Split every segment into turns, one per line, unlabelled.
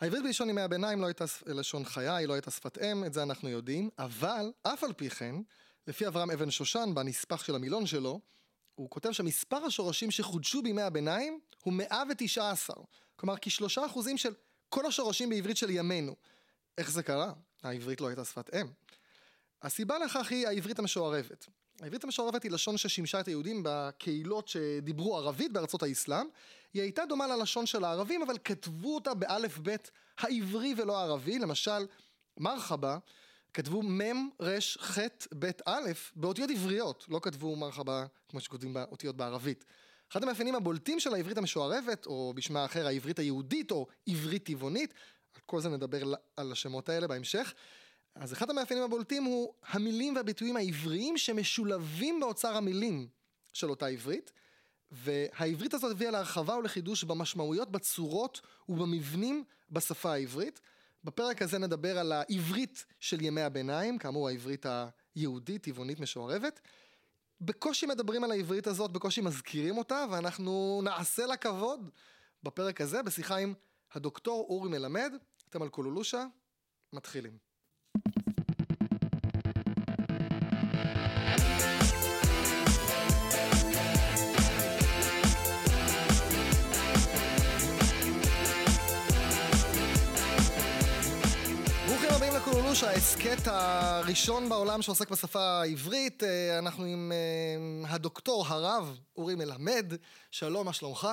העברית בלשון ימי הביניים לא הייתה ש- לשון חיה, היא לא הייתה שפת אם, את זה אנחנו יודעים, אבל אף על פי כן, לפי אברהם אבן שושן, בנספח של המילון שלו, הוא כותב שמספר השורשים שחודשו בימי הביניים הוא 119, כלומר כשלושה אחוזים של כל השורשים בעברית של ימינו. איך זה קרה? העברית לא הייתה שפת אם. הסיבה לכך היא העברית המשוערבת. העברית המשוערבת היא לשון ששימשה את היהודים בקהילות שדיברו ערבית בארצות האסלאם. היא הייתה דומה ללשון של הערבים, אבל כתבו אותה באלף בית העברי ולא הערבי. למשל, מרחבה, כתבו מם רש חט בית א' באותיות עבריות, לא כתבו מרחבה כמו שכותבים באותיות בערבית. אחד המאפיינים הבולטים של העברית המשוערבת, או בשמה האחר העברית היהודית, או עברית טבעונית, על כל זה נדבר ל- על השמות האלה בהמשך. אז אחד המאפיינים הבולטים הוא המילים והביטויים העבריים שמשולבים באוצר המילים של אותה עברית, והעברית הזאת הביאה להרחבה ולחידוש במשמעויות, בצורות ובמבנים בשפה העברית. בפרק הזה נדבר על העברית של ימי הביניים, כאמור העברית היהודית, טבעונית, משוערבת. בקושי מדברים על העברית הזאת, בקושי מזכירים אותה, ואנחנו נעשה לה כבוד בפרק הזה, בשיחה עם הדוקטור אורי מלמד, אתם על קולולושה, מתחילים. ברוכים הבאים לקולולוש, ההסכת הראשון בעולם שעוסק בשפה העברית. אה, אנחנו עם אה, הדוקטור הרב אורי מלמד. שלום, מה שלומך?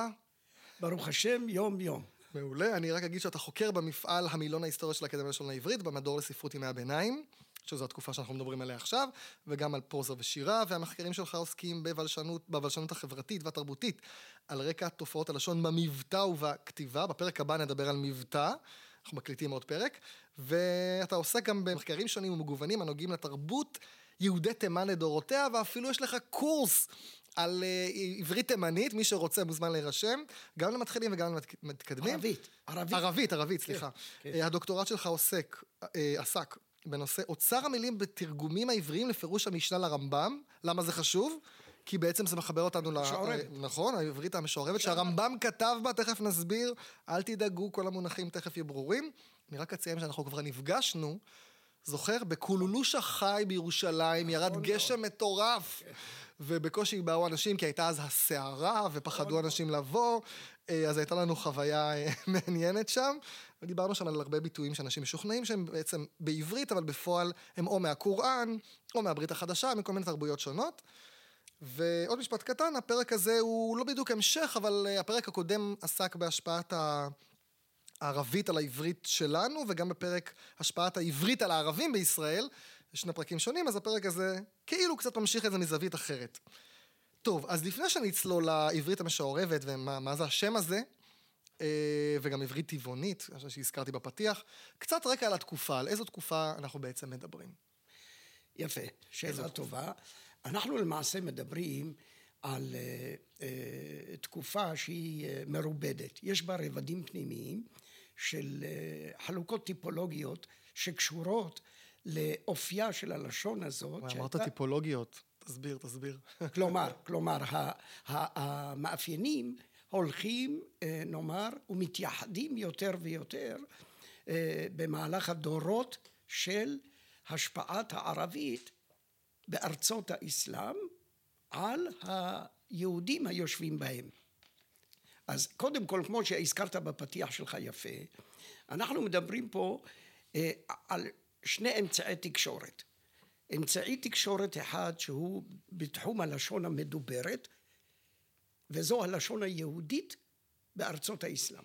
ברוך השם, יום-יום.
מעולה. אני רק אגיד שאתה חוקר במפעל המילון ההיסטוריה של האקדמיה ללשון העברית, במדור לספרות ימי הביניים, שזו התקופה שאנחנו מדברים עליה עכשיו, וגם על פרוזה ושירה, והמחקרים שלך עוסקים בבלשנות, בבלשנות החברתית והתרבותית, על רקע תופעות הלשון במבטא ובכתיבה. בפרק הבא נדבר על מבטא. אנחנו מקליטים עוד פרק, ואתה עוסק גם במחקרים שונים ומגוונים הנוגעים לתרבות יהודי תימן לדורותיה, ואפילו יש לך קורס על אה, עברית תימנית, מי שרוצה מוזמן להירשם, גם למתחילים וגם למתקדמים.
ערבית, ערבית.
ערבית, ערבית, סליחה.
כן.
אה, הדוקטורט שלך עוסק, אה, עסק בנושא אוצר המילים בתרגומים העבריים לפירוש המשנה לרמב"ם. למה זה חשוב? כי בעצם זה מחבר אותנו ל...
משוערבת.
אה, נכון, העברית המשוערבת שהרמב"ם כתב בה, תכף נסביר. אל תדאגו, כל המונחים תכף יהיו ברורים. אני רק אציין שאנחנו כבר נפגשנו. זוכר? בקולולושה חי בירושלים, ירד גשם מטורף, ובקושי באו אנשים, כי הייתה אז הסערה, ופחדו אנשים לבוא, אה, אז הייתה לנו חוויה אה, מעניינת שם. ודיברנו שם על הרבה ביטויים שאנשים משוכנעים שהם בעצם בעברית, אבל בפועל הם או מהקוראן, או מהברית החדשה, מכל מיני תרבויות שונות. ועוד משפט קטן, הפרק הזה הוא לא בדיוק המשך, אבל אה, הפרק הקודם עסק בהשפעת ה... הערבית על העברית שלנו, וגם בפרק השפעת העברית על הערבים בישראל, זה שני פרקים שונים, אז הפרק הזה כאילו קצת ממשיך את זה מזווית אחרת. טוב, אז לפני שנצלול לעברית המשעורבת, ומה מה זה השם הזה, אה, וגם עברית טבעונית, אני חושב שהזכרתי בפתיח, קצת רקע על התקופה, על איזו תקופה אנחנו בעצם מדברים.
יפה, שאלה טובה. אנחנו למעשה מדברים על אה, אה, תקופה שהיא אה, מרובדת. יש בה רבדים פנימיים של אה, חלוקות טיפולוגיות שקשורות לאופייה של הלשון הזאת.
אמרת
שהייתה-
טיפולוגיות, תסביר, תסביר.
כלומר, כלומר, ה- ה- המאפיינים הולכים, אה, נאמר, ומתייחדים יותר ויותר אה, במהלך הדורות של השפעת הערבית בארצות האסלאם על היהודים היושבים בהם. אז קודם כל, כמו שהזכרת בפתיח שלך יפה, אנחנו מדברים פה אה, על שני אמצעי תקשורת. אמצעי תקשורת אחד שהוא בתחום הלשון המדוברת, וזו הלשון היהודית בארצות האסלאם.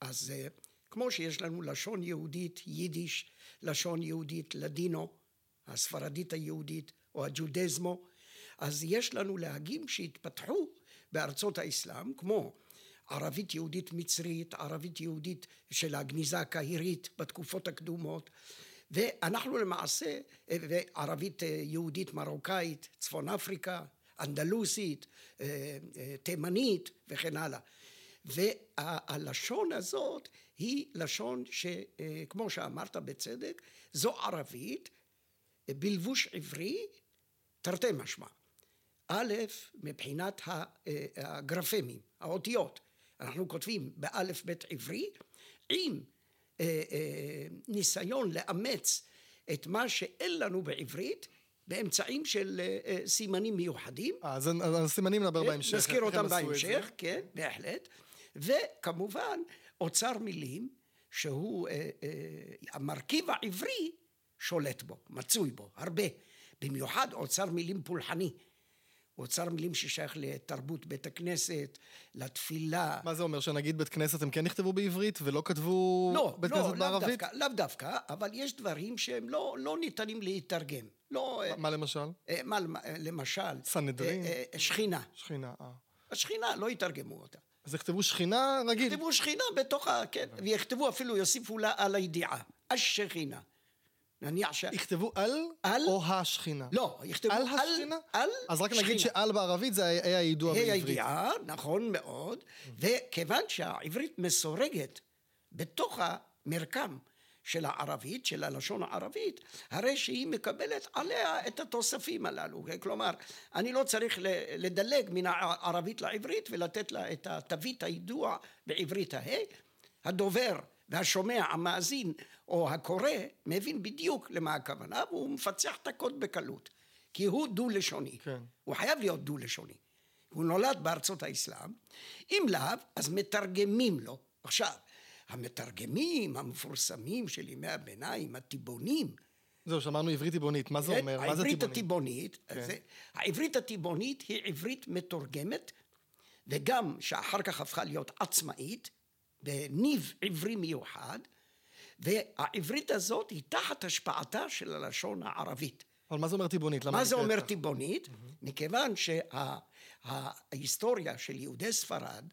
אז אה, כמו שיש לנו לשון יהודית, יידיש, לשון יהודית, לדינו, הספרדית היהודית או הג'ודזמו, אז יש לנו להגים שהתפתחו בארצות האסלאם, כמו ערבית יהודית מצרית, ערבית יהודית של הגניזה הקהירית בתקופות הקדומות, ואנחנו למעשה, אה, וערבית אה, יהודית מרוקאית, צפון אפריקה, אנדלוסית, אה, אה, תימנית וכן הלאה. והלשון הזאת היא לשון שכמו שאמרת בצדק, זו ערבית בלבוש עברי תרתי משמע. א', מבחינת ה- אה, הגרפמים, האותיות. אנחנו כותבים באלף בית עברי עם אה, אה, ניסיון לאמץ את מה שאין לנו בעברית באמצעים של אה, אה, סימנים מיוחדים.
אה, אז על על הסימנים נדבר בהמשך.
אה, נזכיר
איך הם
אותם
עשו את
בהמשך,
זה.
כן, בהחלט. וכמובן, אוצר מילים, שהוא אה, אה, המרכיב העברי, שולט בו, מצוי בו, הרבה. במיוחד אוצר מילים פולחני. אוצר מילים ששייך לתרבות בית הכנסת, לתפילה.
מה זה אומר, שנגיד בית כנסת הם כן נכתבו בעברית ולא כתבו
לא,
בית
לא,
כנסת
לאו
בערבית?
דווקא, לאו דווקא, אבל יש דברים שהם לא, לא ניתנים להתרגם. לא, אה,
מה למשל?
אה, מה למ- אה, למשל,
סנהדרין?
אה, אה, שכינה.
שכינה, אה.
השכינה, לא יתרגמו אותה.
אז יכתבו שכינה רגיל.
יכתבו שכינה בתוך ה... כן, ויכתבו אפילו, יוסיפו לה על הידיעה. השכינה. נניח ש...
יכתבו על,
על?
או השכינה.
לא, יכתבו
על השכינה?
על
אז רק נגיד
שכינה.
שעל בערבית זה היה הידוע
ה'
בעברית.
הידיעה, נכון מאוד, וכיוון שהעברית מסורגת בתוך המרקם של הערבית, של הלשון הערבית, הרי שהיא מקבלת עליה את התוספים הללו. כלומר, אני לא צריך ל- לדלג מן הערבית לעברית ולתת לה את תווית הידוע בעברית ההא. הדובר והשומע, המאזין או הקורא, מבין בדיוק למה הכוונה והוא מפצח את הקוד בקלות. כי הוא דו-לשוני.
כן.
הוא חייב להיות דו-לשוני. הוא נולד בארצות האסלאם, אם לאו, אז מתרגמים לו. עכשיו, המתרגמים המפורסמים של ימי הביניים, הטיבונים, כן?
זהו, שמענו עברית טבעונית, מה זה אומר? מה זה
אה,
כן.
העברית
טבעונית?
הטיבונית, זה, העברית הטיבונית היא עברית מתורגמת, וגם שאחר כך הפכה להיות עצמאית, בניב עברי מיוחד, והעברית הזאת היא תחת השפעתה של הלשון הערבית.
אבל מה זה אומר טבעונית? למה
מה זה
נקראת
אומר
כך?
טבעונית? מכיוון שההיסטוריה של יהודי ספרד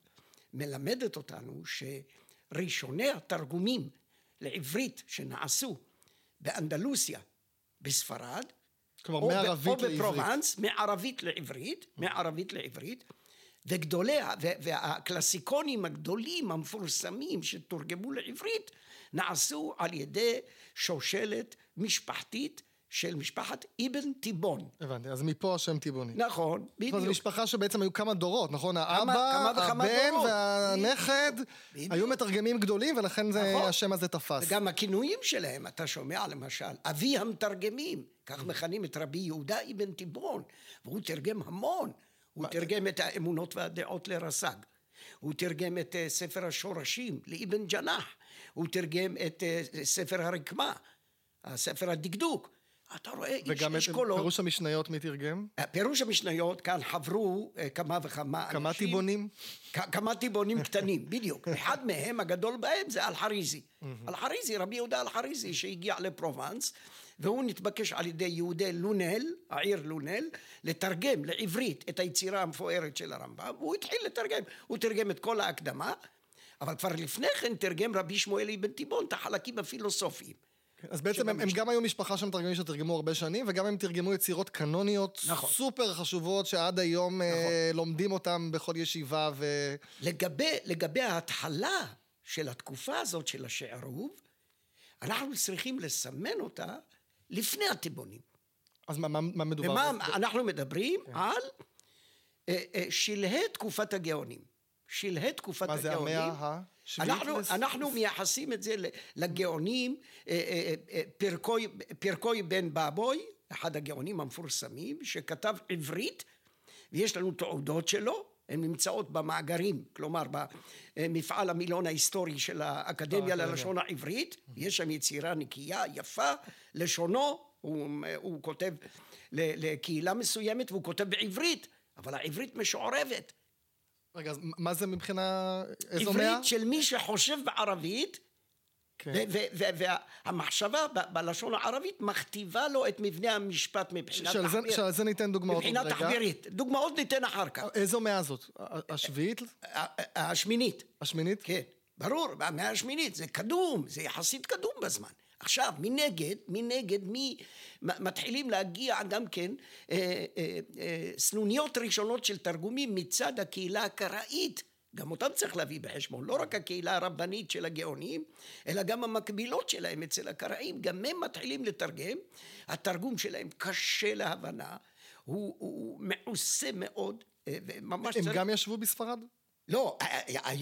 מלמדת אותנו שראשוני התרגומים לעברית שנעשו באנדלוסיה, בספרד,
כלומר,
או ב-
מערבית
או
לעברית.
בפרובנס, מערבית לעברית, מערבית לעברית, וגדולי, ה- ו- והקלסיקונים הגדולים, המפורסמים, שתורגמו לעברית, נעשו על ידי שושלת משפחתית של משפחת אבן תיבון.
הבנתי, אז מפה השם טבעונית.
נכון,
זאת אומרת,
בדיוק.
זו משפחה שבעצם היו כמה דורות, נכון?
כמה
האבא,
וכמה
הבן
דורות.
והנכד
בדיוק.
היו מתרגמים גדולים, ולכן זה-
נכון.
השם הזה תפס.
וגם הכינויים שלהם, אתה שומע למשל, אבי המתרגמים,
Mm.
כך מכנים את רבי יהודה אבן תיבון, והוא תרגם המון, הוא תרגם את האמונות והדעות לרס"ג, הוא תרגם את אה, ספר השורשים לאבן ג'נאח, הוא תרגם את אה, ספר הרקמה, הספר הדקדוק, אתה רואה איש
וגם את
אשכולות, אה,
פירוש המשניות מי תרגם?
פירוש המשניות כאן חברו אה, כמה וכמה
כמה
אנשים,
טבעונים?
כ- כמה טיבונים קטנים, בדיוק. אחד מהם, הגדול בהם, זה אלחריזי. אלחריזי, רבי יהודה אלחריזי, שהגיע לפרובנס, והוא נתבקש על ידי יהודי לונל, העיר לונל, לתרגם לעברית את היצירה המפוארת של הרמב"ם, והוא התחיל לתרגם. הוא תרגם את כל ההקדמה, אבל כבר לפני כן תרגם רבי שמואל אבן תיבון את החלקים הפילוסופיים.
אז בעצם הם, הם גם היו משפחה של מתרגמים שתרגמו הרבה שנים, וגם הם תרגמו יצירות קנוניות
נכון.
סופר חשובות, שעד היום אה, לומדים אותם בכל ישיבה, ו...
לגבי, לגבי ההתחלה של התקופה הזאת של השערוב, אנחנו צריכים לסמן אותה לפני הטיבונים.
אז מה, מה, מה מדובר? כן.
ומה
אז-
אנחנו מדברים? על אה, אה, שלהי תקופת הגאונים. שלהי תקופת
מה זה
הגאונים.
המאה ה... שבעית
אנחנו,
לס-
אנחנו מייחסים את זה ל- לגאונים, אה, אה, אה, פרקוי, פרקוי בן בבוי, אחד הגאונים המפורסמים, שכתב עברית, ויש לנו תעודות שלו, הן נמצאות במאגרים, כלומר במפעל המילון ההיסטורי של האקדמיה
האקדמיה.
ללשון העברית, יש שם יצירה נקייה, יפה, לשונו, הוא, הוא כותב ל- לקהילה מסוימת והוא כותב בעברית, אבל העברית משוערבת.
רגע, אז מה זה מבחינה... איזו מאה?
עברית של מי שחושב בערבית,
כן.
ו- ו- ו- והמחשבה ב- בלשון הערבית מכתיבה לו את מבנה המשפט מבחינה
שעל זה-
תחביר-
שעל זה ניתן דוגמאות עוד
מבחינה
רגע.
תחבירית. דוגמאות ניתן אחר כך.
איזו מאה זאת? ה- השביעית?
ה- ה- השמינית,
השמינית?
כן, ברור, במאה השמינית, זה קדום, זה יחסית קדום בזמן. עכשיו, מנגד, מנגד, מי מ- מתחילים להגיע גם כן אה, אה, אה, סנוניות ראשונות של תרגומים מצד הקהילה הקראית. גם אותם צריך להביא בחשבון, לא רק הקהילה הרבנית של הגאונים, אלא גם המקבילות שלהם אצל הקראים, גם הם מתחילים לתרגם. התרגום שלהם קשה להבנה, הוא, הוא, הוא מעושה מאוד, אה, וממש
הם
צריך...
גם ישבו בספרד?
לא,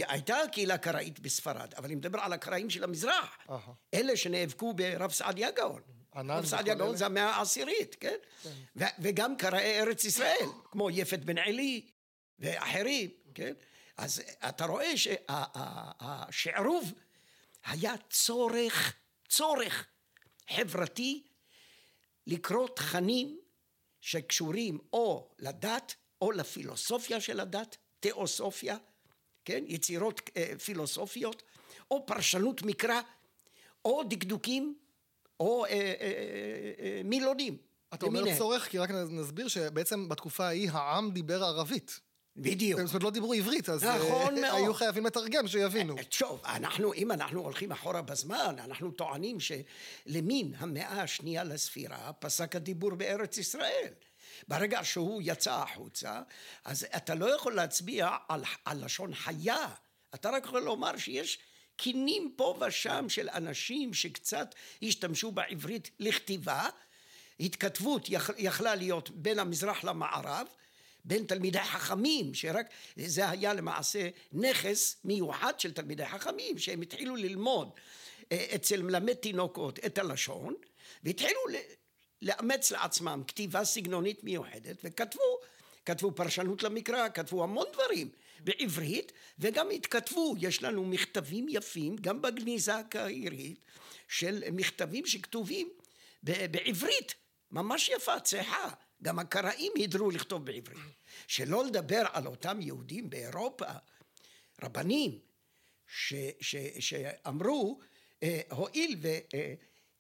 הייתה קהילה קראית בספרד, אבל אני מדבר על הקראים של המזרח.
אהה.
אלה שנאבקו ברב סעדיה גאון.
ענן
רב סעדיה לא-
וכל
גאון
אלה?
זה המאה העשירית, כן? ו- וגם קראי ארץ ישראל, כמו יפת בן עלי ואחרים, כן? אז אתה רואה שהשערוב היה צורך, צורך חברתי לקרוא תכנים שקשורים או לדת או לפילוסופיה של הדת, תיאוסופיה, כן, יצירות אה, פילוסופיות, או פרשנות מקרא, או דקדוקים, או אה, אה, אה, מילונים.
אתה אומר
למיניהם.
צורך, כי רק נסביר שבעצם בתקופה ההיא העם דיבר ערבית.
בדיוק.
זאת אומרת, לא דיברו עברית, אז אה,
נכון מאוד.
היו חייבים לתרגם שיבינו.
תשוב, אה, אנחנו, אם אנחנו הולכים אחורה בזמן, אנחנו טוענים שלמין המאה השנייה לספירה פסק הדיבור בארץ ישראל. ברגע שהוא יצא החוצה, אז אתה לא יכול להצביע על, על לשון חיה. אתה רק יכול לומר שיש קינים פה ושם של אנשים שקצת השתמשו בעברית לכתיבה. התכתבות יכ- יכלה להיות בין המזרח למערב, בין תלמידי חכמים, שרק זה היה למעשה נכס מיוחד של תלמידי חכמים, שהם התחילו ללמוד אה, אצל מלמד תינוקות את הלשון, והתחילו ל- לאמץ לעצמם כתיבה סגנונית מיוחדת, וכתבו, כתבו פרשנות למקרא, כתבו המון דברים בעברית, וגם התכתבו, יש לנו מכתבים יפים, גם בגניזה הקהירית, של מכתבים שכתובים ב- בעברית, ממש יפה, צחה. גם הקראים הידרו לכתוב בעברית. שלא לדבר על אותם יהודים באירופה, רבנים, ש, ש, שאמרו, אה, הואיל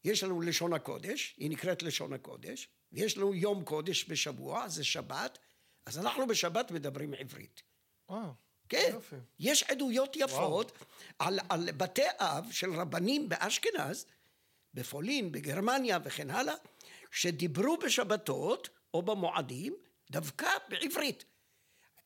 ויש לנו לשון הקודש, היא נקראת לשון הקודש, ויש לנו יום קודש בשבוע, זה שבת, אז אנחנו בשבת מדברים עברית.
וואו,
כן,
יופי.
יש עדויות יפות על, על בתי אב של רבנים באשכנז, בפולין, בגרמניה וכן הלאה, שדיברו בשבתות או במועדים דווקא בעברית.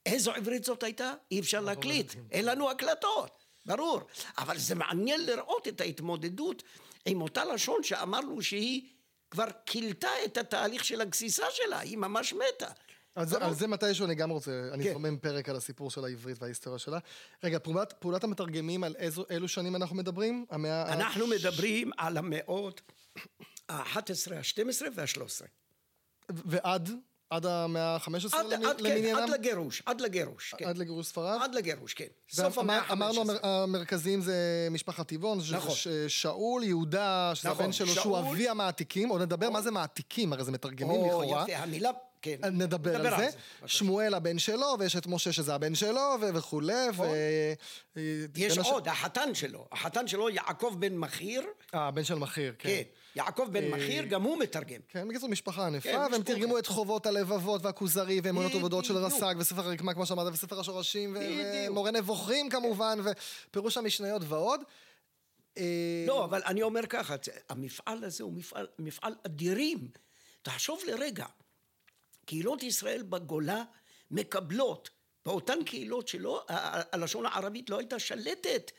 איזו עברית זאת הייתה? אי אפשר להקליט, אין לנו הקלטות, ברור. אבל זה מעניין לראות את ההתמודדות עם אותה לשון שאמרנו שהיא כבר כילתה את התהליך של הגסיסה שלה, היא ממש מתה.
על זה, על זה מתישהו אני גם רוצה, אני
כן.
זומם פרק על הסיפור של העברית וההיסטוריה שלה. רגע, פעולת, פעולת המתרגמים, על איזו, אילו שנים אנחנו מדברים? המאה... ה-
אנחנו מדברים על המאות ה-11, ה-12 וה-13.
ו- ועד? עד המאה ה-15
עד,
למי-
עד, כן, עד
למניינם?
לגירוש, עד לגירוש, כן.
עד לגירוש ספרד?
עד לגירוש, כן. סוף
ואמר-
המאה ה-15.
אמרנו המר- המרכזיים זה משפחת טבעון, שזה
נכון.
ש- שאול, יהודה, שזה
נכון,
הבן שלו, שהוא
שאול.
אבי המעתיקים, עוד נדבר מה זה מעתיקים, הרי זה מתרגמים
או,
לכאורה. אה,
יפה, המילה, כן.
נדבר על זה.
בבקשה.
שמואל הבן שלו, ויש את משה שזה הבן שלו, ו- וכולי, ו...
נכון. יש
בן הש-
עוד, החתן שלו. החתן שלו, יעקב בן מכיר,
אה, הבן של מכיר,
כן.
כן.
יעקב בן
אה,
מכיר, גם הוא מתרגם.
כן, בקיצור, משפחה ענפה,
כן,
והם
משפחה.
תרגמו את חובות הלבבות והכוזרי, ואמונות
בדיוק.
עבודות של רס"ג, וספר הרקמה, כמו שאמרת, וספר השורשים, ו-
בדיוק.
ומורה נבוכים כמובן, ופירוש המשניות ועוד. אה,
לא, אבל אני אומר ככה, זה- המפעל הזה הוא מפעל, מפעל אדירים. תחשוב לרגע, קהילות ישראל בגולה מקבלות, באותן קהילות שלא, ה- ה- הלשון הערבית לא הייתה שלטת,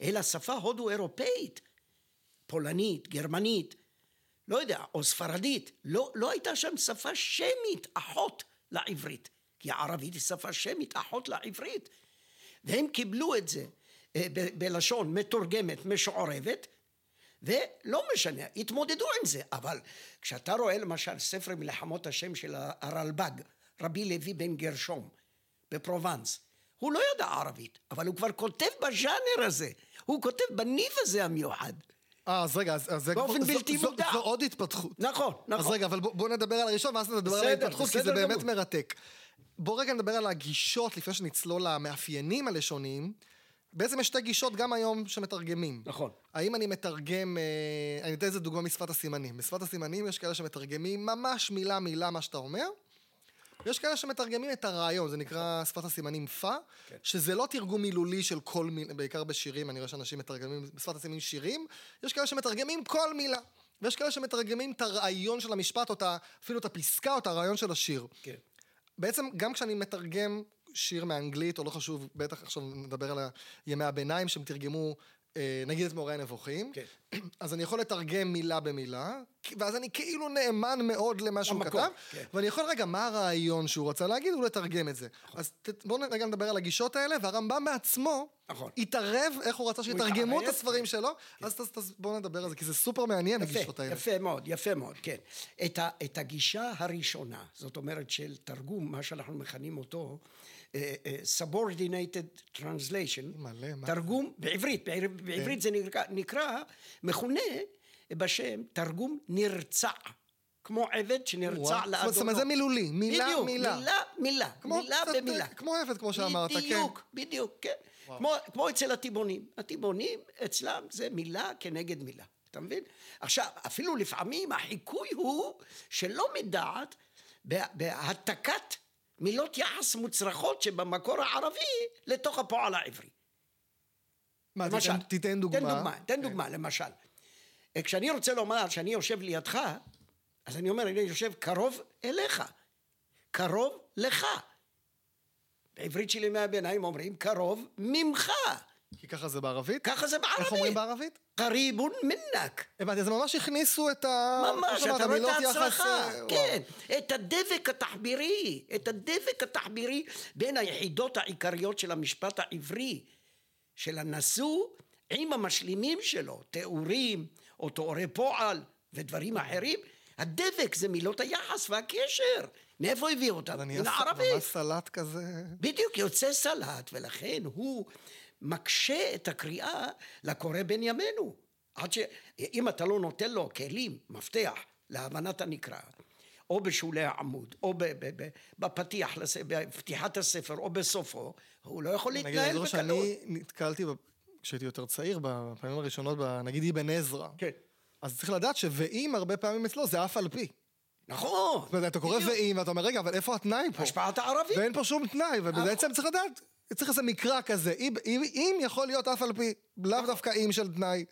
אלא שפה הודו-אירופאית, פולנית, גרמנית, לא יודע, או ספרדית. לא, לא הייתה שם שפה שמית אחות לעברית, כי הערבית היא שפה שמית אחות לעברית. והם קיבלו את זה אה, ב- בלשון מתורגמת, משוערבת, ולא משנה, התמודדו עם זה. אבל כשאתה רואה למשל ספר מלחמות השם של הרלב"ג, רבי לוי בן גרשום, בפרובנס, הוא לא ידע ערבית, אבל הוא כבר כותב בז'אנר הזה, הוא כותב בניב הזה המיוחד.
אה, אז רגע, אז אז זה...
באופן
זו-
בלתי
זו-
מודע.
זו עוד התפתחות.
נכון,
אז
נכון.
רגע, אבל בוא בוא נדבר על הראשון, ואז נדבר על
בסדר,
ההתפתחות, כי זה
בסדר
באמת
גמור.
מרתק. בוא רגע נדבר על הגישות, לפני שנצלול למאפיינים הלשוניים. בעצם יש שתי גישות גם היום שמתרגמים.
נכון.
האם אני מתרגם, אה, אני אתן איזה דוגמה משפת הסימנים. בשפת הסימנים יש כאלה שמתרגמים ממש מילה מילה מה שאתה אומר, ויש כאלה שמתרגמים את הרעיון, זה נקרא שפת הסימנים פא,
נכון. כן.
שזה לא תרגום מילולי של כל מילה, בעיקר בשירים, אני רואה שאנשים מתרגמים בשפת הסימנים שירים, יש כאלה שמתרגמים כל מילה. ויש כאלה שמתרגמים את הרעיון של המשפט, או את ה- אפילו את הפסקה, או את הרעיון של השיר.
כן.
בעצם גם כשאני מתרגם שיר מאנגלית, או לא חשוב, בטח עכשיו נדבר על ימי הביניים, שהם תרגמו אה, נגיד את מאורי הנבוכים,
כן.
אז אני יכול לתרגם מילה במילה, כי- ואז אני כאילו נאמן מאוד למה שהוא
למקור,
כתב,
כן.
ואני יכול, רגע, מה הרעיון שהוא רצה להגיד? הוא לתרגם את זה. אז ת- בואו רגע נדבר על הגישות האלה, והרמב"ם בעצמו
נכון.
התערב איך הוא רצה שיתרגמו את
התערב, כן.
הספרים שלו, אז תס- תס- בואו נדבר על זה, כי זה סופר מעניין, הגישות
יפה,
האלה.
יפה מאוד, יפה מאוד, כן. את, ה, את הגישה הראשונה, זאת אומרת של תרגום, מה שאנחנו מכנים אותו, אה, אה, subordinated translation,
מלא, מה? כן.
תרגום בעברית, בעבר- בעברית זה נקרא, נקרא, מכונה בשם תרגום נרצע, כמו עבד שנרצע
וואו.
לאדונו.
זאת אומרת, זה מילולי, מילה,
בדיוק,
מילה.
מילה, מילה,
כמו-
מילה
קצת,
במילה.
אה, כמו עבד, כמו שאמרת, כן.
בדיוק, בדיוק, כן. כמו, כמו אצל הטיבונים. הטיבונים, אצלם זה מילה כנגד מילה. אתה מבין? עכשיו, אפילו לפעמים החיקוי הוא שלא מדעת, בה- בהעתקת מילות יחס מוצרחות שבמקור הערבי לתוך הפועל העברי.
מה,
למשל.
תיתן- תיתן דוגמה. כן.
תן דוגמה, תן דוגמה, למשל. אה, כשאני רוצה לומר שאני יושב לידך, אז אני אומר, אני יושב קרוב אליך. קרוב לך. בעברית של ימי הביניים אומרים, קרוב ממך.
כי ככה זה בערבית?
ככה זה בערבית.
איך אומרים בערבית?
קריבון מנק.
הבנתי, אז ממש הכניסו את ה... כמו
ממש,
שאמרת,
אתה רואה
מילות
את
יחס,
ההצלחה,
אה, וואו.
כן, את הדבק התחבירי, את הדבק התחבירי בין היחידות העיקריות של המשפט העברי, של הנשוא עם המשלימים שלו, תיאורים או תוארי פועל ודברים אחרים, הדבק זה מילות היחס והקשר, מאיפה הביא אותם?
אז אני
מן
אעשה
הערבית.
ממש סלט כזה.
בדיוק, יוצא סלט, ולכן הוא מקשה את הקריאה לקורא בין ימינו. עד ש... אם אתה לא נותן לו כלים, מפתח, להבנת הנקרא, או בשולי העמוד, או ב- ב- ב- בפתיח, לס- בפתיחת הספר, או בסופו, הוא לא יכול
נגיד, אני
להתנהל
זוכר
בקלות.
שאני נתקלתי, ב- כשהייתי יותר צעיר, בפעמים הראשונות, ב- נגיד אבן עזרא.
כן.
אז צריך לדעת ש"ואם" הרבה פעמים אצלו זה אף על פי.
נכון.
זאת אומרת, אתה קורא
בדיוק.
"ואם" ואתה אומר, רגע, אבל איפה התנאי פה?
השפעת הערבית.
ואין פה שום תנאי, ובעצם צריך לדעת, צריך איזה מקרא כזה. אם- אם אם יכול להיות אף על פי,
נכון.
לאו דווקא אם של תנאי.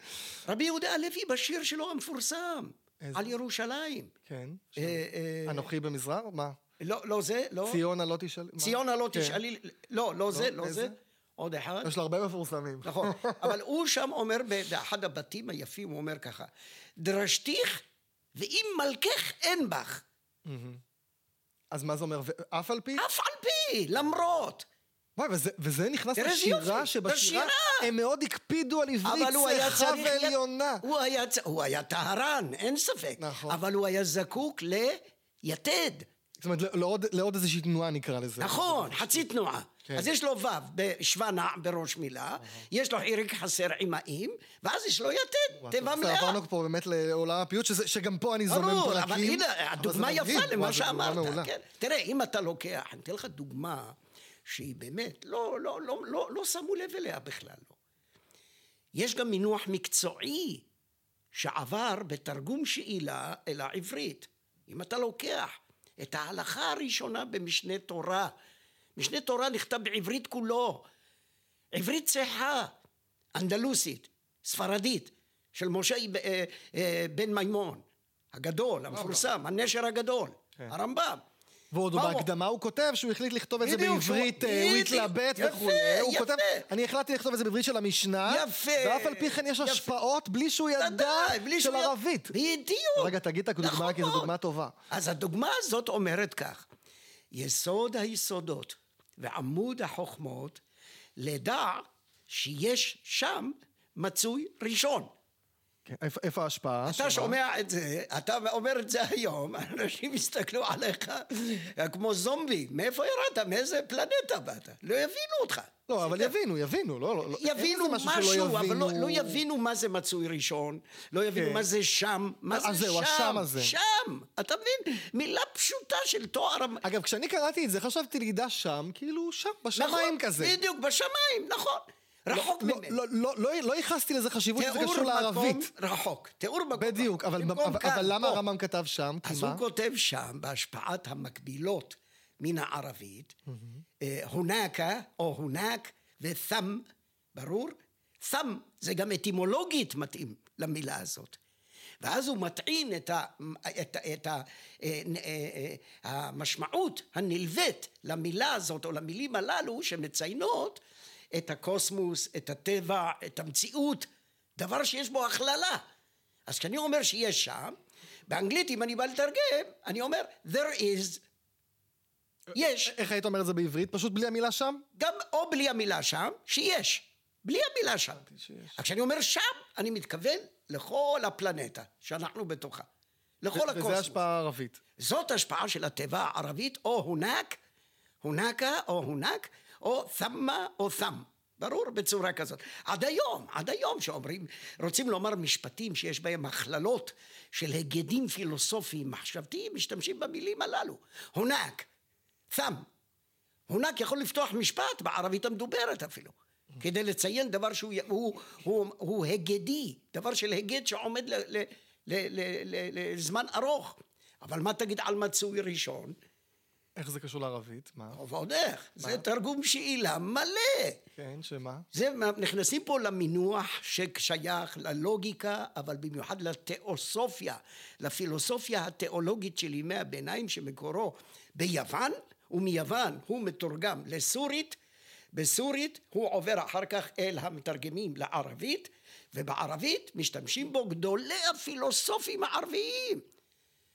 רבי יהודה הלוי בשיר שלו המפורסם,
איזה?
על ירושלים.
כן.
אה, אה,
אנוכי במזרח? מה?
לא, לא זה, לא.
ציונה לא תשאל... מה?
ציונה לא
כן.
תשאלי, לא, לא זה, לא
איזה? לא,
זה, עוד אחד.
יש לו הרבה מפורסמים.
נכון, אבל הוא שם אומר ב- באחד הבתים היפים, הוא אומר ככה, דרשתיך ואם מלכך אין בך,
מהמם. אז מה זה אומר? ו- אף על פי?
אף על פי, למרות.
וואי, וזה, וזה נכנס
תראה איזה
לשירה,
יופי,
שבשירה
בשירה.
הם מאוד הקפידו על עברית
אבל הוא היה
צחה
צריך... להיות-
ועליונה.
הוא היה צ- הוא היה טהרן, אין ספק.
אה. נכון.
אבל הוא היה זקוק ליתד.
זאת אומרת, לא- לעוד, לעוד איזושהי תנועה נקרא לזה.
נכון, חצי תנועה.
כן. נכון.
אז יש לו ו' בשוונע בראש מילה, יש לו חיריק חסר עם האם, ואז יש לו יתד,
וואי,
תיבה
טוב, בסדר,
מלאה.
עברנו פה באמת לעולם הפיוט, שזה, שגם פה אני זומם
ברור,
פרקים.
אבל הנה,
אבל
הדוגמה
זה מדהים.
יפה
וואי,
למה
זו דוגמה מעולה.
שאמרת. כן. תראה, אם אתה לוקח, אני אתן לך דוגמה שהיא באמת, לא, לא, לא, לא, לא שמו לב אליה בכלל. לא. יש גם מינוח מקצועי שעבר בתרגום שאלה אל העברית. אם אתה לוקח את ההלכה הראשונה במשנה תורה, משנה תורה נכתב בעברית כולו, עברית צחה, אנדלוסית, ספרדית, של משה אה, אה, בן מימון, הגדול, המפורסם, הנשר הגדול,
כן.
הרמב"ם.
ועוד
מה הוא-
בהקדמה הוא כותב שהוא החליט לכתוב את זה
בדיוק, שהוא-
בעברית, אה, הוא
בדיוק,
התלבט
יפה,
וכולי. הוא
יפה.
כותב, אני החלטתי לכתוב את זה בעברית של המשנה,
יפה.
ואף על פי כן יש
יפה.
השפעות בלי שהוא ידע
ודאי, בלי
של
שהוא יד-
ערבית.
בדיוק.
רגע, תגיד את הדוגמה,
נכון
כי זו
מאוד.
דוגמה טובה.
אז הדוגמה הזאת אומרת כך, יסוד היסודות ועמוד החוכמות, לדע שיש שם מצוי ראשון.
כן, איפה- איפה ההשפעה?
אתה
שמה?
שומע את זה, אתה אומר את זה היום, אנשים יסתכלו עליך כמו זומבי, מאיפה ירדת, מאיזה פלנטה באת? לא יבינו אותך.
לא, אבל יבינו, יבינו, לא, לא, לא. אין
יבינו
איזה
משהו,
שלא
אבל לא, לא יבינו מה זה מצוי ראשון, לא יבינו
כן.
מה זה שם, מה
אז
זה
זהו,
שם,
השם הזה.
שם, אתה מבין? מילה פשוטה של תואר... המ-
אגב, כשאני קראתי את זה, חשבתי לידה שם, כאילו שם, בשמיים כזה.
נכון? בדיוק, בשמיים, נכון. רחוק
לא-
ממנו.
לא- לא- לא- לא ייחסתי לזה חשיבות שזה קשור לערבית.
רחוק, תיאור מקום.
בדיוק, אבל
במקום
אבל-
כאן,
אבל למה
פה.
הרמב"ם כתב שם? כי
אז
מה?
הוא כותב שם, בהשפעת המקבילות מן הערבית, אה, הונקה או הונק ות'ם, ברור? ת'ם זה גם אטימולוגית מתאים למילה הזאת. ואז הוא מטעין את, ה, את, את ה, אה, נ- אה, אה, המשמעות הנלווית למילה הזאת או למילים הללו שמציינות את הקוסמוס, את הטבע, את המציאות, דבר שיש בו הכללה. אז כשאני אומר שיש שם, באנגלית אם אני בא לתרגם, אני אומר there is, יש,
איך היית אומר את זה בעברית? פשוט בלי המילה שם?
גם או בלי המילה שם, שיש, בלי המילה שם. אז כשאני אומר שם, אני מתכוון לכל הפלנטה שאנחנו בתוכה, לכל
ו- וזה
הקוסמוס.
השפעה ערבית.
זאת השפעה של התיבה הערבית, או הונק, הונקה, או הונק, או תמה, או ת'ם. ברור, בצורה כזאת. עד היום, עד היום שאומרים, רוצים לומר משפטים שיש בהם הכללות של היגדים פילוסופיים מחשבתיים, משתמשים במילים הללו. הונק, ת'ם. הונק יכול לפתוח משפט בערבית המדוברת אפילו, כדי לציין דבר שהוא הוא, הוא, הוא היגדי, דבר של היגד שעומד ל, ל, ל, ל, ל, לזמן ארוך. אבל מה תגיד על מצוי ראשון?
איך זה קשור לערבית? מה?
ועוד איך, זה תרגום שאלה מלא.
כן, שמה?
זה, נכנסים פה למינוח ששייך ללוגיקה, אבל במיוחד לתיאוסופיה, לפילוסופיה התיאולוגית של ימי הביניים שמקורו ביוון, ומיוון הוא מתורגם לסורית, בסורית הוא עובר אחר כך אל המתרגמים לערבית, ובערבית משתמשים בו גדולי הפילוסופים הערביים.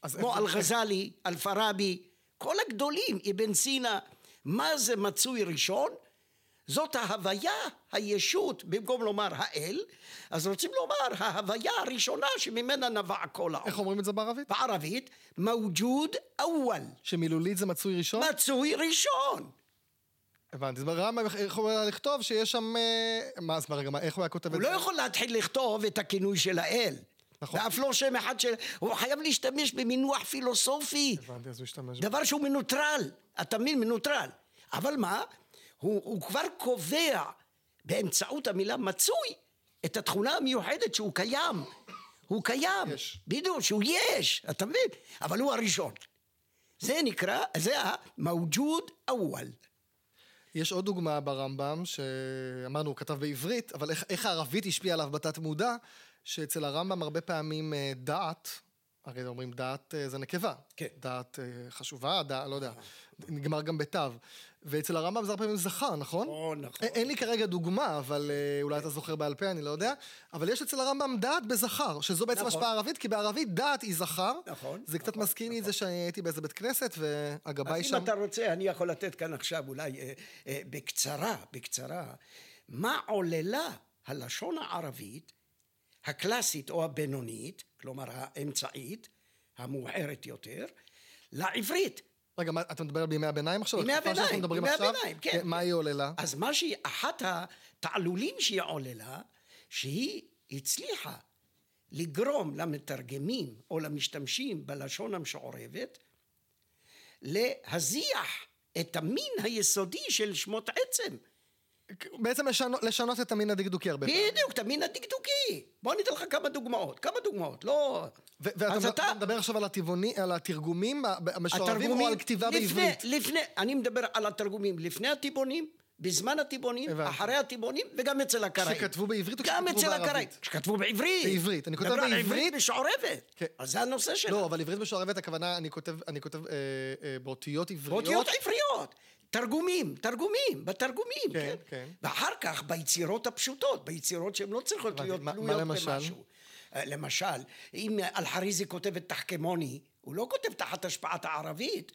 אז איך
כמו
זה-
אל-ע'זאלי, אל-פראבי, כל הגדולים, אבן סינה, מה זה מצוי ראשון? זאת ההוויה, הישות, במקום לומר האל, אז רוצים לומר ההוויה הראשונה שממנה נבע כל העולם.
איך אומרים את זה בערבית?
בערבית, מוג'וד אוול,
שמילולית זה מצוי ראשון?
מצוי ראשון.
הבנתי. אז רמב"ם, איך הוא היה לכתוב שיש שם... אה, מה, אז מה, רגע, מה, איך הוא היה כותב את
הוא
זה?
לא יכול להתחיל לכתוב את הכינוי של האל.
נכון.
ואף לא שם אחד של... הוא חייב להשתמש במינוח פילוסופי.
הבנתי, אז הוא השתמש... ב-
דבר שהוא מנוטרל, אתה מבין? מנוטרל. אבל מה? הוא, הוא כבר קובע באמצעות המילה מצוי את התכונה המיוחדת שהוא קיים. הוא קיים.
יש.
בדיוק, שהוא יש, אתה מבין? אבל הוא הראשון. זה נקרא, זה המאוג'וד אוואל.
יש עוד דוגמה ברמב"ם, שאמרנו, הוא כתב בעברית, אבל איך, איך הערבית השפיעה עליו בתת מודע, שאצל הרמב"ם הרבה פעמים אה, דעת, הרי אומרים דעת אה, זה נקבה.
כן.
דעת אה, חשובה, דעת, לא יודע, נגמר גם בתו. ואצל הרמב"ם זה הרבה פעמים זכר, נכון?
נכון, נכון.
א- אין לי כרגע דוגמה, אבל אה, אולי אתה זוכר בעל פה, אני לא יודע. אבל יש אצל הרמב"ם דעת בזכר, שזו בעצם
נכון.
השפעה ערבית, כי בערבית דעת היא זכר.
נכון,
זה קצת מזכיר לי את זה שהייתי באיזה בית כנסת, והגבאי
אז אם
שם...
אתה רוצה, אני יכול לתת כאן עכשיו אולי אה, אה, בקצרה, בקצרה, מה עוללה הלשון הערבית הקלאסית או הבינונית, כלומר האמצעית, המאוחרת יותר, לעברית.
רגע, מה, אתה מדבר על בימי הביניים עכשיו?
ימי
התקופה שאנחנו
הביניים,
מדברים
ימי
עכשיו?
הביניים, כן.
מה היא עוללה?
אז מה שהיא, אחת התעלולים שהיא עוללה, שהיא הצליחה לגרום למתרגמים או למשתמשים בלשון המשוערבת, להזיח את המין היסודי של שמות עצם.
בעצם לשנות, לשנות את המין הדקדוקי הרבה פעמים.
בדיוק, את המין הדקדוקי. בוא אני אתן לך כמה דוגמאות, כמה דוגמאות, לא...
ו- ואתה
אז
מד-
אתה-
מדבר עכשיו על, הטבעוני, על התרגומים המשוערבים או על כתיבה
לפני,
בעברית?
לפני, אני מדבר על התרגומים לפני הטיבונים, בזמן הטיבונים,
הבנתי.
אחרי הטיבונים, וגם אצל הקראים.
כשכתבו בעברית או
גם
כשכתבו
אצל
בערבית?
הקראים. כשכתבו בעברית.
בעברית, אני כותב
מדבר על
בעברית-
עברית משוערבת.
כן.
אז זה הנושא שלה.
לא, אבל עברית משוערבת, הכוונה, אני כותב, אני כותב אה, אה, באותיות עבריות.
באותיות עבריות. תרגומים, תרגומים, בתרגומים,
כן,
כן,
כן.
ואחר כך ביצירות הפשוטות, ביצירות שהן לא צריכות
הבנתי.
להיות
מה-
תלויות
מה למשל?
במשהו. אה, למשל, אם אלחריזי כותב את תחכמוני, הוא לא כותב תחת השפעת הערבית.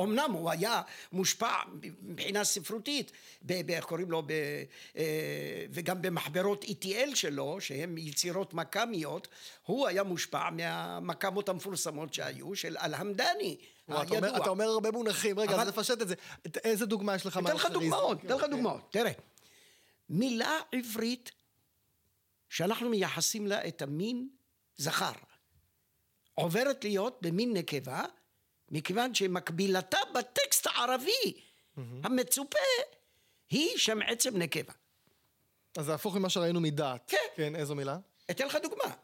אמנם הוא היה מושפע מבחינה ספרותית, ב- ב- איך קוראים לו, ב, אה, וגם במחברות ETL שלו, שהן יצירות מכמיות, הוא היה מושפע מהמכמות המפורסמות שהיו, של אלחמדני,
וואי, אה, אתה, אומר,
הידוע.
אתה אומר הרבה מונחים, רגע,
אבל-
אז לפשט את זה. את- איזה דוגמה יש לך?
אתן לך
מהאלחריזם?
דוגמאות, אתן לך
אוקיי.
דוגמאות. תראה, מילה עברית שאנחנו מייחסים לה את המין זכר, עוברת להיות במין נקבה, מכיוון שמקבילתה בטקסט הערבי המצופה היא שם עצם נקבה.
אז זה הפוך ממה שראינו מדעת.
כן.
כן, איזו מילה?
אתן לך דוגמה.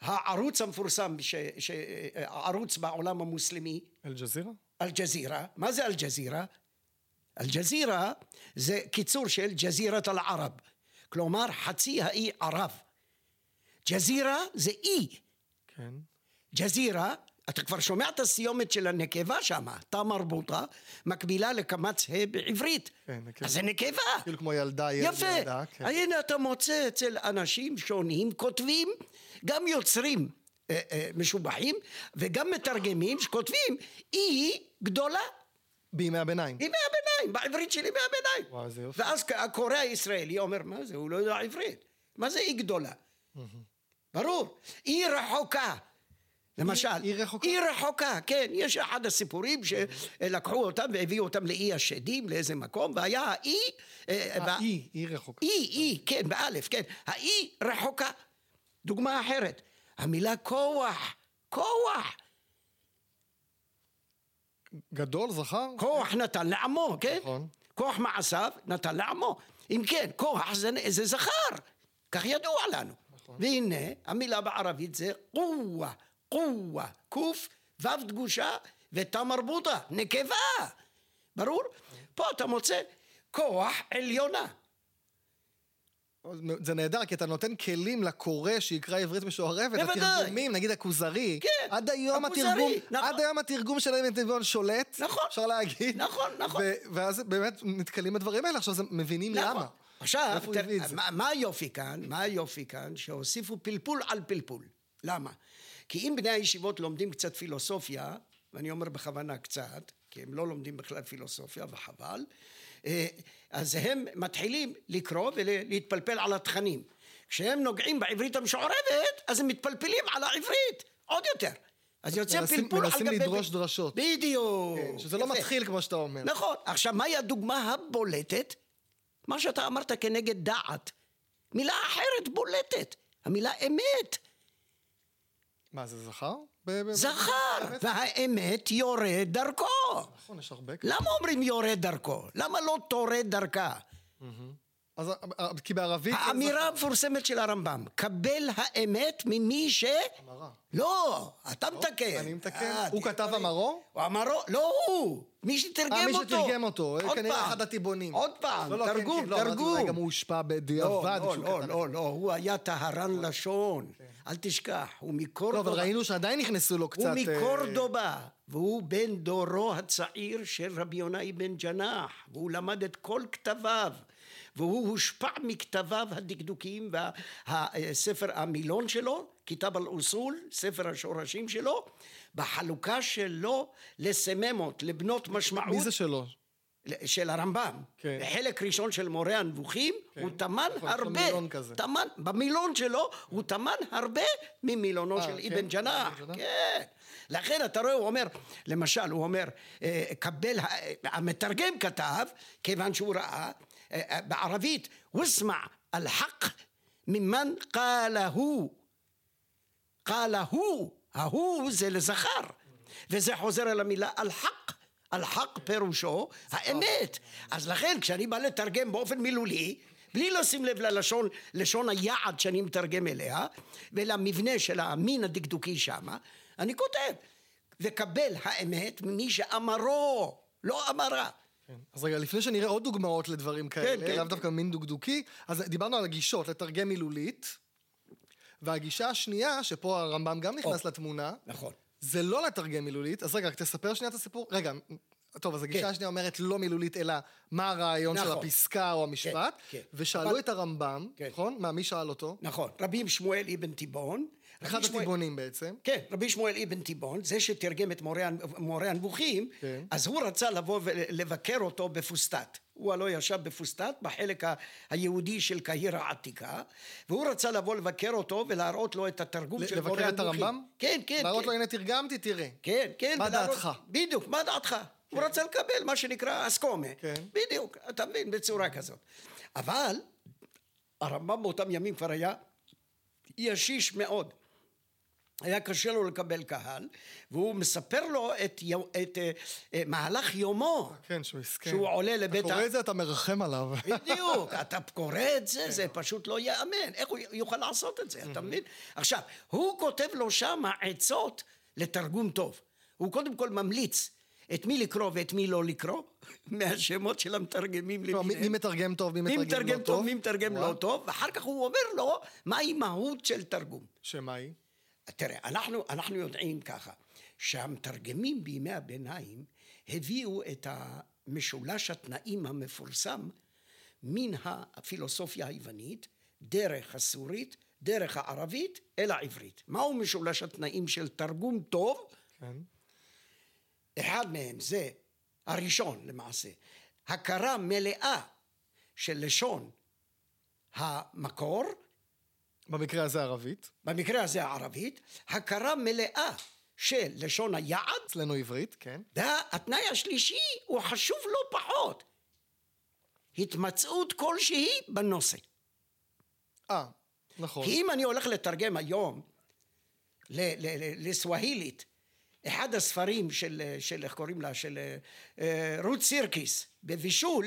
הערוץ המפורסם, ש- ש- הערוץ בעולם המוסלמי,
אל-ג'זירה?
אל-ג'זירה. מה זה אל-ג'זירה? אל-ג'זירה זה קיצור של ג'זירת אל-ערב. כלומר, חצי האי ערב. ג'זירה זה אי.
כן.
ג'זירה, אתה כבר שומע את הסיומת של הנקבה שמה, תמר בוטה, מקבילה לקמץ ה' בעברית.
כן, נקבה.
אז זה נקבה.
כאילו כמו ילדה, ילד,
יפה. אה,
ילדה, כן.
הנה אתה מוצא אצל אנשים שונים, כותבים, גם יוצרים אה, אה, משובחים, וגם מתרגמים שכותבים, היא גדולה.
בימי הביניים.
היא מהביניים, בעברית שלי מהביניים.
וואו, איזה יופי.
ואז כ- הקורא הישראלי אומר, מה זה, הוא לא יודע עברית. מה זה היא גדולה? ברור. היא רחוקה. למשל,
היא רחוקה?
היא רחוקה, כן. יש אחד הסיפורים שלקחו אותם והביאו אותם לאי השדים, לאיזה מקום, והיה האי... אה, וה-
האי, אי רחוקה.
אי, אי, כן, באלף, כן. האי רחוקה. דוגמה אחרת, המילה כוח, כוח,
גדול, זכר?
כוח נתן לעמו, כן?
נכון.
כוח מעשיו נתן לעמו. אם כן, כוח זה, זה זכר, כך ידוע לנו. נכון. והנה, המילה בערבית זה קווה, קווה, קוף, וו דגושה ותא מרבוטה, נקבה. ברור? פה אתה מוצא כוח עליונה.
זה נהדר, כי אתה נותן כלים לקורא שיקרא עברית משוערבת,
בוודאי.
התרגומים, נגיד הכוזרי.
כן,
עד היום
הכוזרי,
התרגום,
נכון.
עד היום התרגום של אבן תיבון שולט,
נכון.
אפשר להגיד.
נכון, נכון.
ו- ואז באמת נתקלים בדברים האלה, עכשיו זה מבינים
נכון.
למה.
עכשיו,
איפה הוא
תראה,
הביא את זה?
מה, מה היופי כאן? מה היופי כאן? שהוסיפו פלפול על פלפול. למה? כי אם בני הישיבות לומדים קצת פילוסופיה, ואני אומר בכוונה קצת, כי הם לא לומדים בכלל פילוסופיה, וחבל, אה, אז הם מתחילים לקרוא ולהתפלפל על התכנים. כשהם נוגעים בעברית המשוערבת, אז הם מתפלפלים על העברית, עוד יותר. אז יוצא
מנסים-
פלפול על גבי...
מנסים לדרוש
פל-
דרשות.
בדיוק.
שזה לא
יפה.
מתחיל כמו שאתה אומר.
נכון. עכשיו, מהי הדוגמה הבולטת? מה שאתה אמרת כנגד דעת. מילה אחרת בולטת, המילה אמת.
מה, זה זכר? ב- ב-
זכר, והאמת יורד דרכו.
נכון, יש הרבה כאלה.
למה אומרים יורד דרכו? למה לא טורד דרכה?
אז ה- ה- כי בערבית... זה
האמירה המפורסמת של הרמב"ם, קבל האמת ממי ש...
זכר. המרה.
לא, אתה מתקן.
אני מתקן.
אה,
הוא
תראה.
כתב המרו?
הוא אמרו, לא הוא, מי שתרגם אותו.
אה, מי שתרגם אותו,
עוד
כנראה
פעם.
אחד הטיבונים.
עוד פעם,
לא, לא, כן,
תרגום,
כן, לא, אמרתי,
תרגום.
אולי גם הוא הושפע בדיעבד.
לא,
כשהוא
לא,
כתב.
לא, לא, הוא היה טהרן לשון. אל תשכח, הוא
לא, אבל
מקורדובה.
ראינו שעדיין נכנסו לו קצת...
הוא
אה,
מקורדובה, והוא בן דורו הצעיר של רבי יונאי בן ג'נאח, והוא למד את כל כתביו, והוא הושפע מכתביו הדקדוקיים והספר אה, המילון שלו, כיתב אל-אוסול, ספר השורשים שלו, בחלוקה שלו לסממות, לבנות משמעות.
מי זה שלו?
של הרמב"ם,
כן.
כן. חלק ראשון של מורה הנבוכים,
כן.
כן. הוא טמן
נכון, יש לו
הרבה,
מילון כזה.
טמן, במילון שלו הוא טמן הרבה ממילונו
אה,
של
כן,
אבן ג'נאח,
אבן ג'נאח.
כן. לכן אתה רואה, הוא אומר, למשל, הוא אומר, אה, קבל, ה- המתרגם כתב, כיוון שהוא ראה, אה, אה, בערבית, וסמע אל-חק ממן קאלהו, קאלהו, ההוא זה לזכר, וזה חוזר אל המילה אל-חק. אל-חק פירושו האמת. אז לכן כשאני בא לתרגם באופן מילולי, בלי לשים לב ללשון, לשון היעד שאני מתרגם אליה, ולמבנה של המין הדקדוקי שמה, אני כותב, וקבל האמת ממי שאמרו, לא אמרה.
כן. אז רגע, לפני שנראה עוד דוגמאות לדברים כאלה,
כן,
לאו
כן.
דווקא מין דוקדוקי, אז דיברנו על הגישות, לתרגם מילולית, והגישה השנייה, שפה הרמב"ם גם נכנס לתמונה,
נכון.
זה לא לתרגם מילולית, אז רגע, רק תספר שנייה את הסיפור. רגע, טוב, אז הגישה
כן.
השנייה אומרת לא מילולית, אלא מה הרעיון של
נכון.
הפסקה או המשפט,
כן, כן.
ושאלו
אבל-
את הרמב"ם,
כן.
נכון? מה, מי שאל אותו?
נכון. רבי שמואל אבן תיבון.
אחד
רבי שמואל-
הטיבונים בעצם.
כן, רבי שמואל אבן תיבון, זה שתרגם את מורה, מורה הנבוכים,
כן.
כן. אז הוא רצה לבוא ולבקר אותו בפוסטט. הוא הלא ישב בפוסטט, בחלק ה- היהודי של קהיר העתיקה, והוא רצה לבוא לבקר אותו ולהראות לו את התרגום
ל-
של מורה
לבקר את
הנבוכים.
הרמב"ם?
כן, כן.
להראות
כן.
לו, הנה תרגמתי, תראה.
כן, כן.
מה
ולהראות-
דעתך?
בדיוק, מה דעתך? הוא רצה לקבל מה שנקרא אסקומה.
כן.
בדיוק, אתה מבין, בצורה כזאת. אבל הרמב"ם באותם ימים כבר היה ישיש מאוד. היה קשה לו לקבל קהל, והוא מספר לו את, יו- את אה, אה, מהלך יומו.
כן, שהוא הסכם.
שהוא עולה לבית
אתה קורא
ה-
את זה, אתה מרחם עליו.
בדיוק, אתה קורא את זה,
כן.
זה פשוט לא ייאמן. איך הוא יוכל לעשות את זה, אתה מבין? עכשיו, הוא כותב לו שם עצות לתרגום טוב. הוא קודם כל ממליץ את מי לקרוא ואת מי לא לקרוא, מהשמות של המתרגמים
כלומר, לא, מי- מי
למיניהם.
מתרגם טוב, מי
מי
מתרגם לא
מתרגם
טוב.
טוב, מי מתרגם
וואו.
לא טוב, ואחר כך הוא אומר לו מהי מהות של תרגום.
שמה היא?
תראה, אנחנו, אנחנו יודעים ככה, שהמתרגמים בימי הביניים הביאו את המשולש התנאים המפורסם מן הפילוסופיה היוונית, דרך הסורית, דרך הערבית אל העברית. מהו משולש התנאים של תרגום טוב?
כן.
אחד מהם זה הראשון למעשה, הכרה מלאה של לשון המקור,
במקרה הזה ערבית,
במקרה הזה הערבית, הכרה מלאה של לשון היעד,
אצלנו עברית, כן.
והתנאי השלישי הוא חשוב לא פחות, התמצאות כלשהי בנושא.
אה, נכון.
כי אם אני הולך לתרגם היום ל- ל- ל- לסווהילית, אחד הספרים של, של איך קוראים לה, של אה, אה, רות סירקיס בבישול,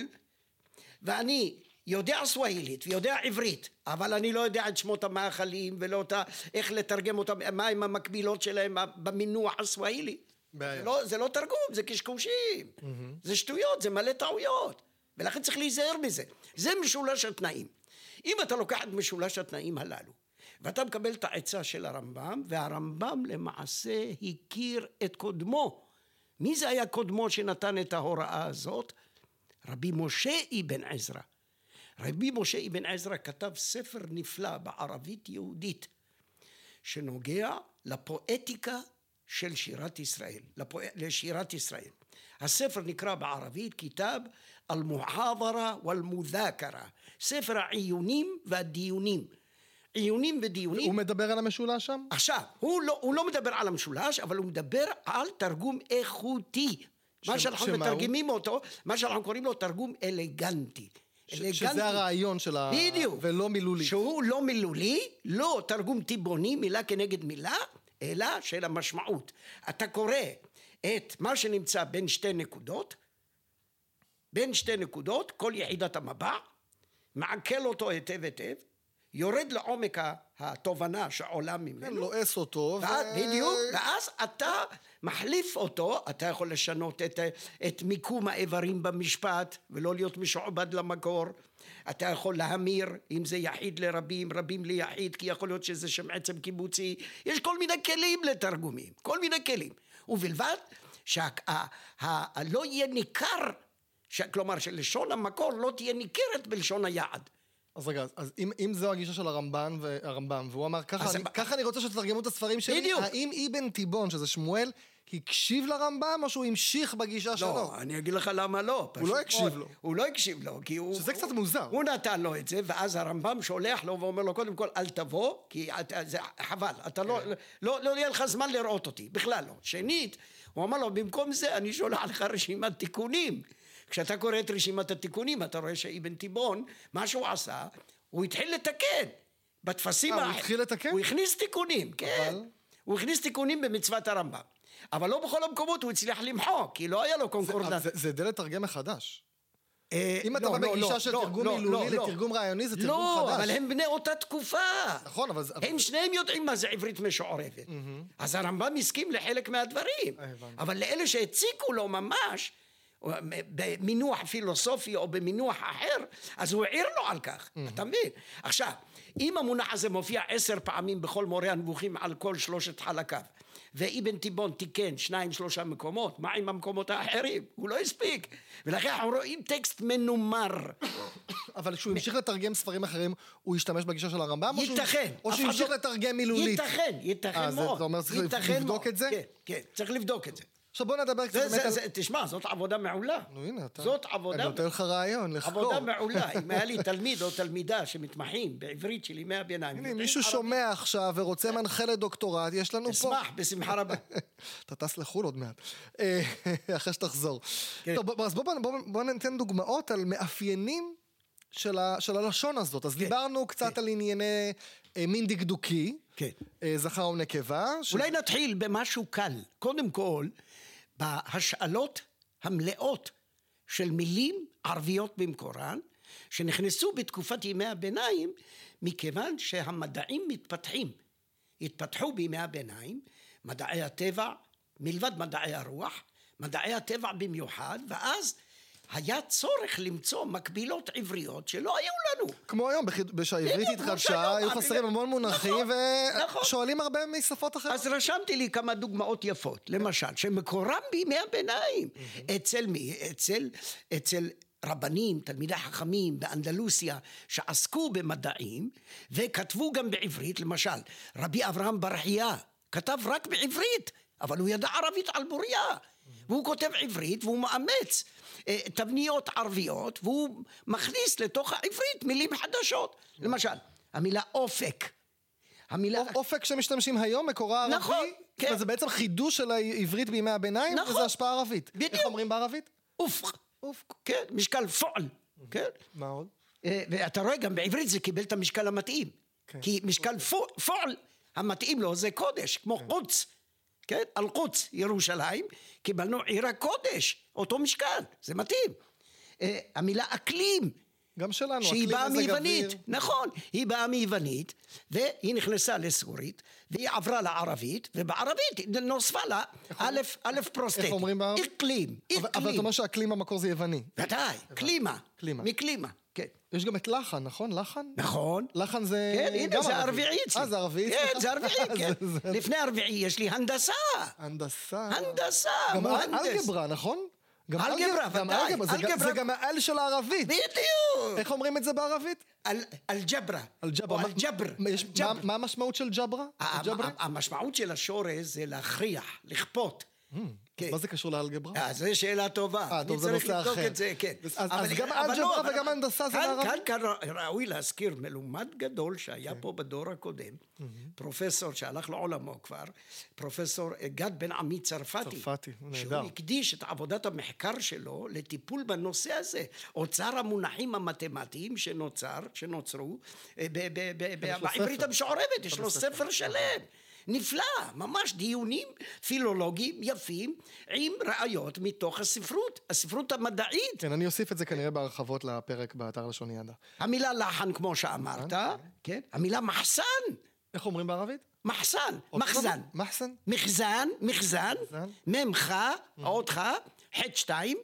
ואני יודע סווהילית ויודע עברית, אבל אני לא יודע את שמות המאכלים ולא את ה- איך לתרגם אותם, מה עם המקבילות שלהם במינוח הסווהילי.
בעיה.
זה לא, זה לא תרגום, זה קשקושים, זה שטויות, זה מלא טעויות, ולכן צריך להיזהר מזה. זה משולש התנאים. אם אתה לוקח את משולש התנאים הללו, ואתה מקבל את העצה של הרמב"ם, והרמב"ם למעשה הכיר את קודמו. מי זה היה קודמו שנתן את ההוראה הזאת? רבי משה אבן עזרא. רבי משה אבן עזרא כתב ספר נפלא בערבית יהודית, שנוגע לפואטיקה של שירת ישראל, לפוא... לשירת ישראל. הספר נקרא בערבית כיתב אל-מוחאברה ואל-מודהכרה, ספר העיונים והדיונים. עיונים ודיונים.
הוא מדבר על המשולש שם?
עכשיו, הוא לא, הוא לא מדבר על המשולש, אבל הוא מדבר על תרגום איכותי. מה
ש-
שאנחנו
שמה הוא?
מתרגמים אותו, מה שאנחנו קוראים לו תרגום אלגנטי.
ש- שזה הרעיון של ה...
בדיוק.
ולא מילולי.
שהוא לא מילולי, לא תרגום טבעוני, מילה כנגד מילה, אלא של המשמעות. אתה קורא את מה שנמצא בין שתי נקודות, בין שתי נקודות, כל יחידת המבע, מעכל אותו היטב היטב, יורד לעומק ה- התובנה שעולה
כן,
ממנו.
לועס אותו, ו...
ואז, אה, בדיוק, ואז אתה מחליף אותו, אתה יכול לשנות את, את מיקום האיברים במשפט ולא להיות משועבד למקור. אתה יכול להמיר, אם זה יחיד לרבים, רבים ליחיד, כי יכול להיות שזה שם עצם קיבוצי. יש כל מיני כלים לתרגומים, כל מיני כלים. ובלבד שלא לא יהיה ניכר, ש- כלומר שלשון המקור לא תהיה ניכרת בלשון היעד.
אז רגע, אז- אז אם- אם זו הגישה של הרמב"ן, והרמב"ם, והוא אמר, "ככה
אז
אני-
הם-
ככה אני רוצה שתתרגמו את הספרים שלי,
בדיוק.
האם אבן תיבון, שזה שמואל, הקשיב לרמב"ם, או שהוא המשיך בגישה שלו?
לא, אני אגיד לך למה לא. פשוט
לא הקשיב
מאוד.
לו.
הוא לא הקשיב לו, כי הוא...
שזה
הוא-
קצת מוזר.
הוא נתן לו את זה, ואז הרמב"ם שולח לו ואומר לו, קודם כל, אל תבוא, כי אתה, זה חבל, אתה לא,
כן.
לא, לא יהיה לך זמן לראות אותי, בכלל לא. שנית, הוא אמר לו, במקום זה אני שולח לך רשימת תיקונים. כשאתה קורא את רשימת התיקונים, אתה רואה שאבן תיבון, מה שהוא עשה, הוא התחיל לתקן. בטפסים...
אה, הוא
האח-
התחיל לתקן?
הוא הכניס תיקונים, כן.
אבל?
הוא הכניס תיקונים במצוות הרמב"ם. אבל לא בכל המקומות הוא הצליח למחוק, כי לא היה לו
אבל
קונקורדנט.
זה- זה די לתרגם מחדש.
אה,
אם אתה
לא,
בא
לא,
בגישה
לא,
של
לא,
תרגום
לא,
מילולי
לא, לא.
לתרגום רעיוני, זה תרגום
לא,
חדש.
אבל הם בני אותה תקופה.
נכון, אבל זה...
הם שניהם יודעים מה זה עברית משוערבת. אז הרמב"ם הסכים לחלק מהדברים.
אה, הבנתי.
אבל לאלה שהציקו לו ממש, או, מ- במינוח פילוסופי או במינוח אחר, אז הוא העיר לו על כך, אתה מבין? עכשיו, אם המונח הזה מופיע עשר פעמים בכל מורה הנבוכים על כל שלושת חלקיו, ואבן תיבון תיקן שניים שלושה מקומות, מה עם המקומות האחרים? הוא לא הספיק. ולכן אנחנו רואים טקסט מנומר.
אבל כשהוא המשיך לתרגם ספרים אחרים, הוא השתמש בגישה של הרמב"ם? או שהוא-
ייתכן.
או
אף
שהוא
אחד
המשיך
לא-
לתרגם מילולית?
ייתכן, ייתכן
אה, זה-
מאוד.
אתה אומר, צריך
ייתכן
לבדוק
מאוד.
את זה?
כן, כן, צריך לבדוק את זה.
עכשיו בוא נדבר קצת
זה,
באמת
זה,
על...
זה, תשמע, זאת עבודה מעולה.
נו הנה, אתה...
זאת עבודה,
אני נותן לך רעיון, לחקור.
עבודה מעולה. אם היה לי תלמיד או תלמידה שמתמחים בעברית של ימי הביניים.
הנה,
יודעים
מישהו
ערבית,
שומע עכשיו ורוצה מנחה לדוקטורט, יש לנו פה.
אשמח, בשמחה רבה.
אתה טס לחו"ל עוד מעט, אה, אחרי שתחזור.
כן.
טוב, בוא- אז בואו ניתן דוגמאות על מאפיינים של ה- של הלשון הזאת.
כן.
אז דיברנו קצת על ענייני אה, מין דקדוקי,
כן.
אה, זכר ונקבה. ש-
אולי נתחיל במשהו קל. קודם כל, בהשאלות המלאות של מילים ערביות במקורן, שנכנסו בתקופת ימי הביניים, מכיוון שהמדעים מתפתחים. התפתחו בימי הביניים מדעי הטבע, מלבד מדעי הרוח, מדעי הטבע במיוחד, ואז היה צורך למצוא מקבילות עבריות שלא היו לנו.
כמו היום, בחיד- כשהעברית
בדיוק, כמו
התחדשה,
שהיום,
היו
אפילו-
חסרים המון מונחים,
נכון, נכון.
ושואלים הרבה משפות אחרות.
אז רשמתי לי כמה דוגמאות יפות, למשל, שמקורם בימי הביניים. אצל מי? אצל, אצל רבנים, תלמידי חכמים באנדלוסיה, שעסקו במדעים, וכתבו גם בעברית, למשל, רבי אברהם ברחייה כתב רק בעברית, אבל הוא ידע ערבית על בוריה. והוא כותב עברית והוא מאמץ אה, תבניות ערביות והוא מכניס לתוך העברית מילים חדשות. למשל, המילה אופק. המילה...
אופק שמשתמשים היום, מקורה ערבי,
נכון, כן.
וזה בעצם חידוש של העברית בימי הביניים,
נכון.
וזה השפעה ערבית. איך
בדיוק.
אומרים בערבית?
אופק. אופק. כן, משקל פועל. כן.
מה עוד?
אה, ואתה רואה גם בעברית זה קיבל את המשקל המתאים.
כן.
כי משקל פוע- פועל המתאים לו זה קודש, כמו חוץ. כן, על חוץ ירושלים, קיבלנו עיר הקודש, אותו משקל, זה מתאים. אה, המילה אקלים,
גם שלנו,
שהיא
אקלים,
באה
מזג אוויר.
מיוונית, נכון, היא באה מיוונית, והיא נכנסה לסורית, והיא עברה לערבית, ובערבית נוספה לה א', א' פרוסטט.
איך אומרים בערבית?
אקלים,
אבל- אבל אתה
אקלים.
אומר שהאקלים במקור זה יווני.
ודאי, קלימה.
קלימה.
מקלימה, כן.
יש גם את לחן, נכון? לחן?
נכון.
לחן זה...
כן, הנה,
אה, גם
זה
ערבית.
הרביעי אצלי.
אה, זה הרביעי?
כן,
סליחה.
זה הרביעי, כן.
זה- זה-
לפני הרביעי יש לי הנדסה.
הנדסה.
הנדסה,
גם
מוהנדס.
אלגברה, נכון? גם
אלגברה,
גם
ודאי,
אלגברה, זה גם- זה
אלגברה.
גם האל של הערבית.
בדיוק.
איך אומרים את זה בערבית?
אלג'ברה.
אלג'ברה. מה-
אלג'בר.
מה- יש- מה- מה המשמעות של ג'ברה?
אה,
אלג'ברה?
המשמעות של השורש זה להכריח, לכפות. כן.
אה, מה זה קשור לאלגברה?
אה, זו שאלה טובה.
לא? אה, טוב,
אני
זה
צריך
נושא
לבדוק
אחר.
את זה, כן.
אז- אז
אבל-
גם
אבל לא,
אלג'ברה
אבל-
וגם הנדסה זה
כאן-
בערבית?
כאן- כאן ר- ראוי להזכיר מלומד גדול
כן.
שהיה פה בדור הקודם, פרופסור שהלך לעולמו כבר, פרופסור אה, גד בן עמי צרפתי.
צרפתי,
שהוא
נהדר.
הקדיש את עבודת המחקר שלו לטיפול בנושא הזה. אוצר המונחים המתמטיים שנוצר, שנוצרו, אה, ב- ב- ב- ב-
לו
בעברית
כן, ספר.
המשוערבת, יש לו ספר שלם. נפלא, ממש דיונים פילולוגיים יפים עם ראיות מתוך הספרות, הספרות המדעית.
כן, אני אוסיף את זה כנראה בהרחבות לפרק באתר לשוניאדה.
המילה לחן, כמו שאמרת,
אוקיי.
כן? המילה מחסן,
איך אומרים בערבית?
מחסן, מחזן.
מחסן?
מחזן, מחזן,
מחזן.
מ"ך, עוד ח, ח' שתיים,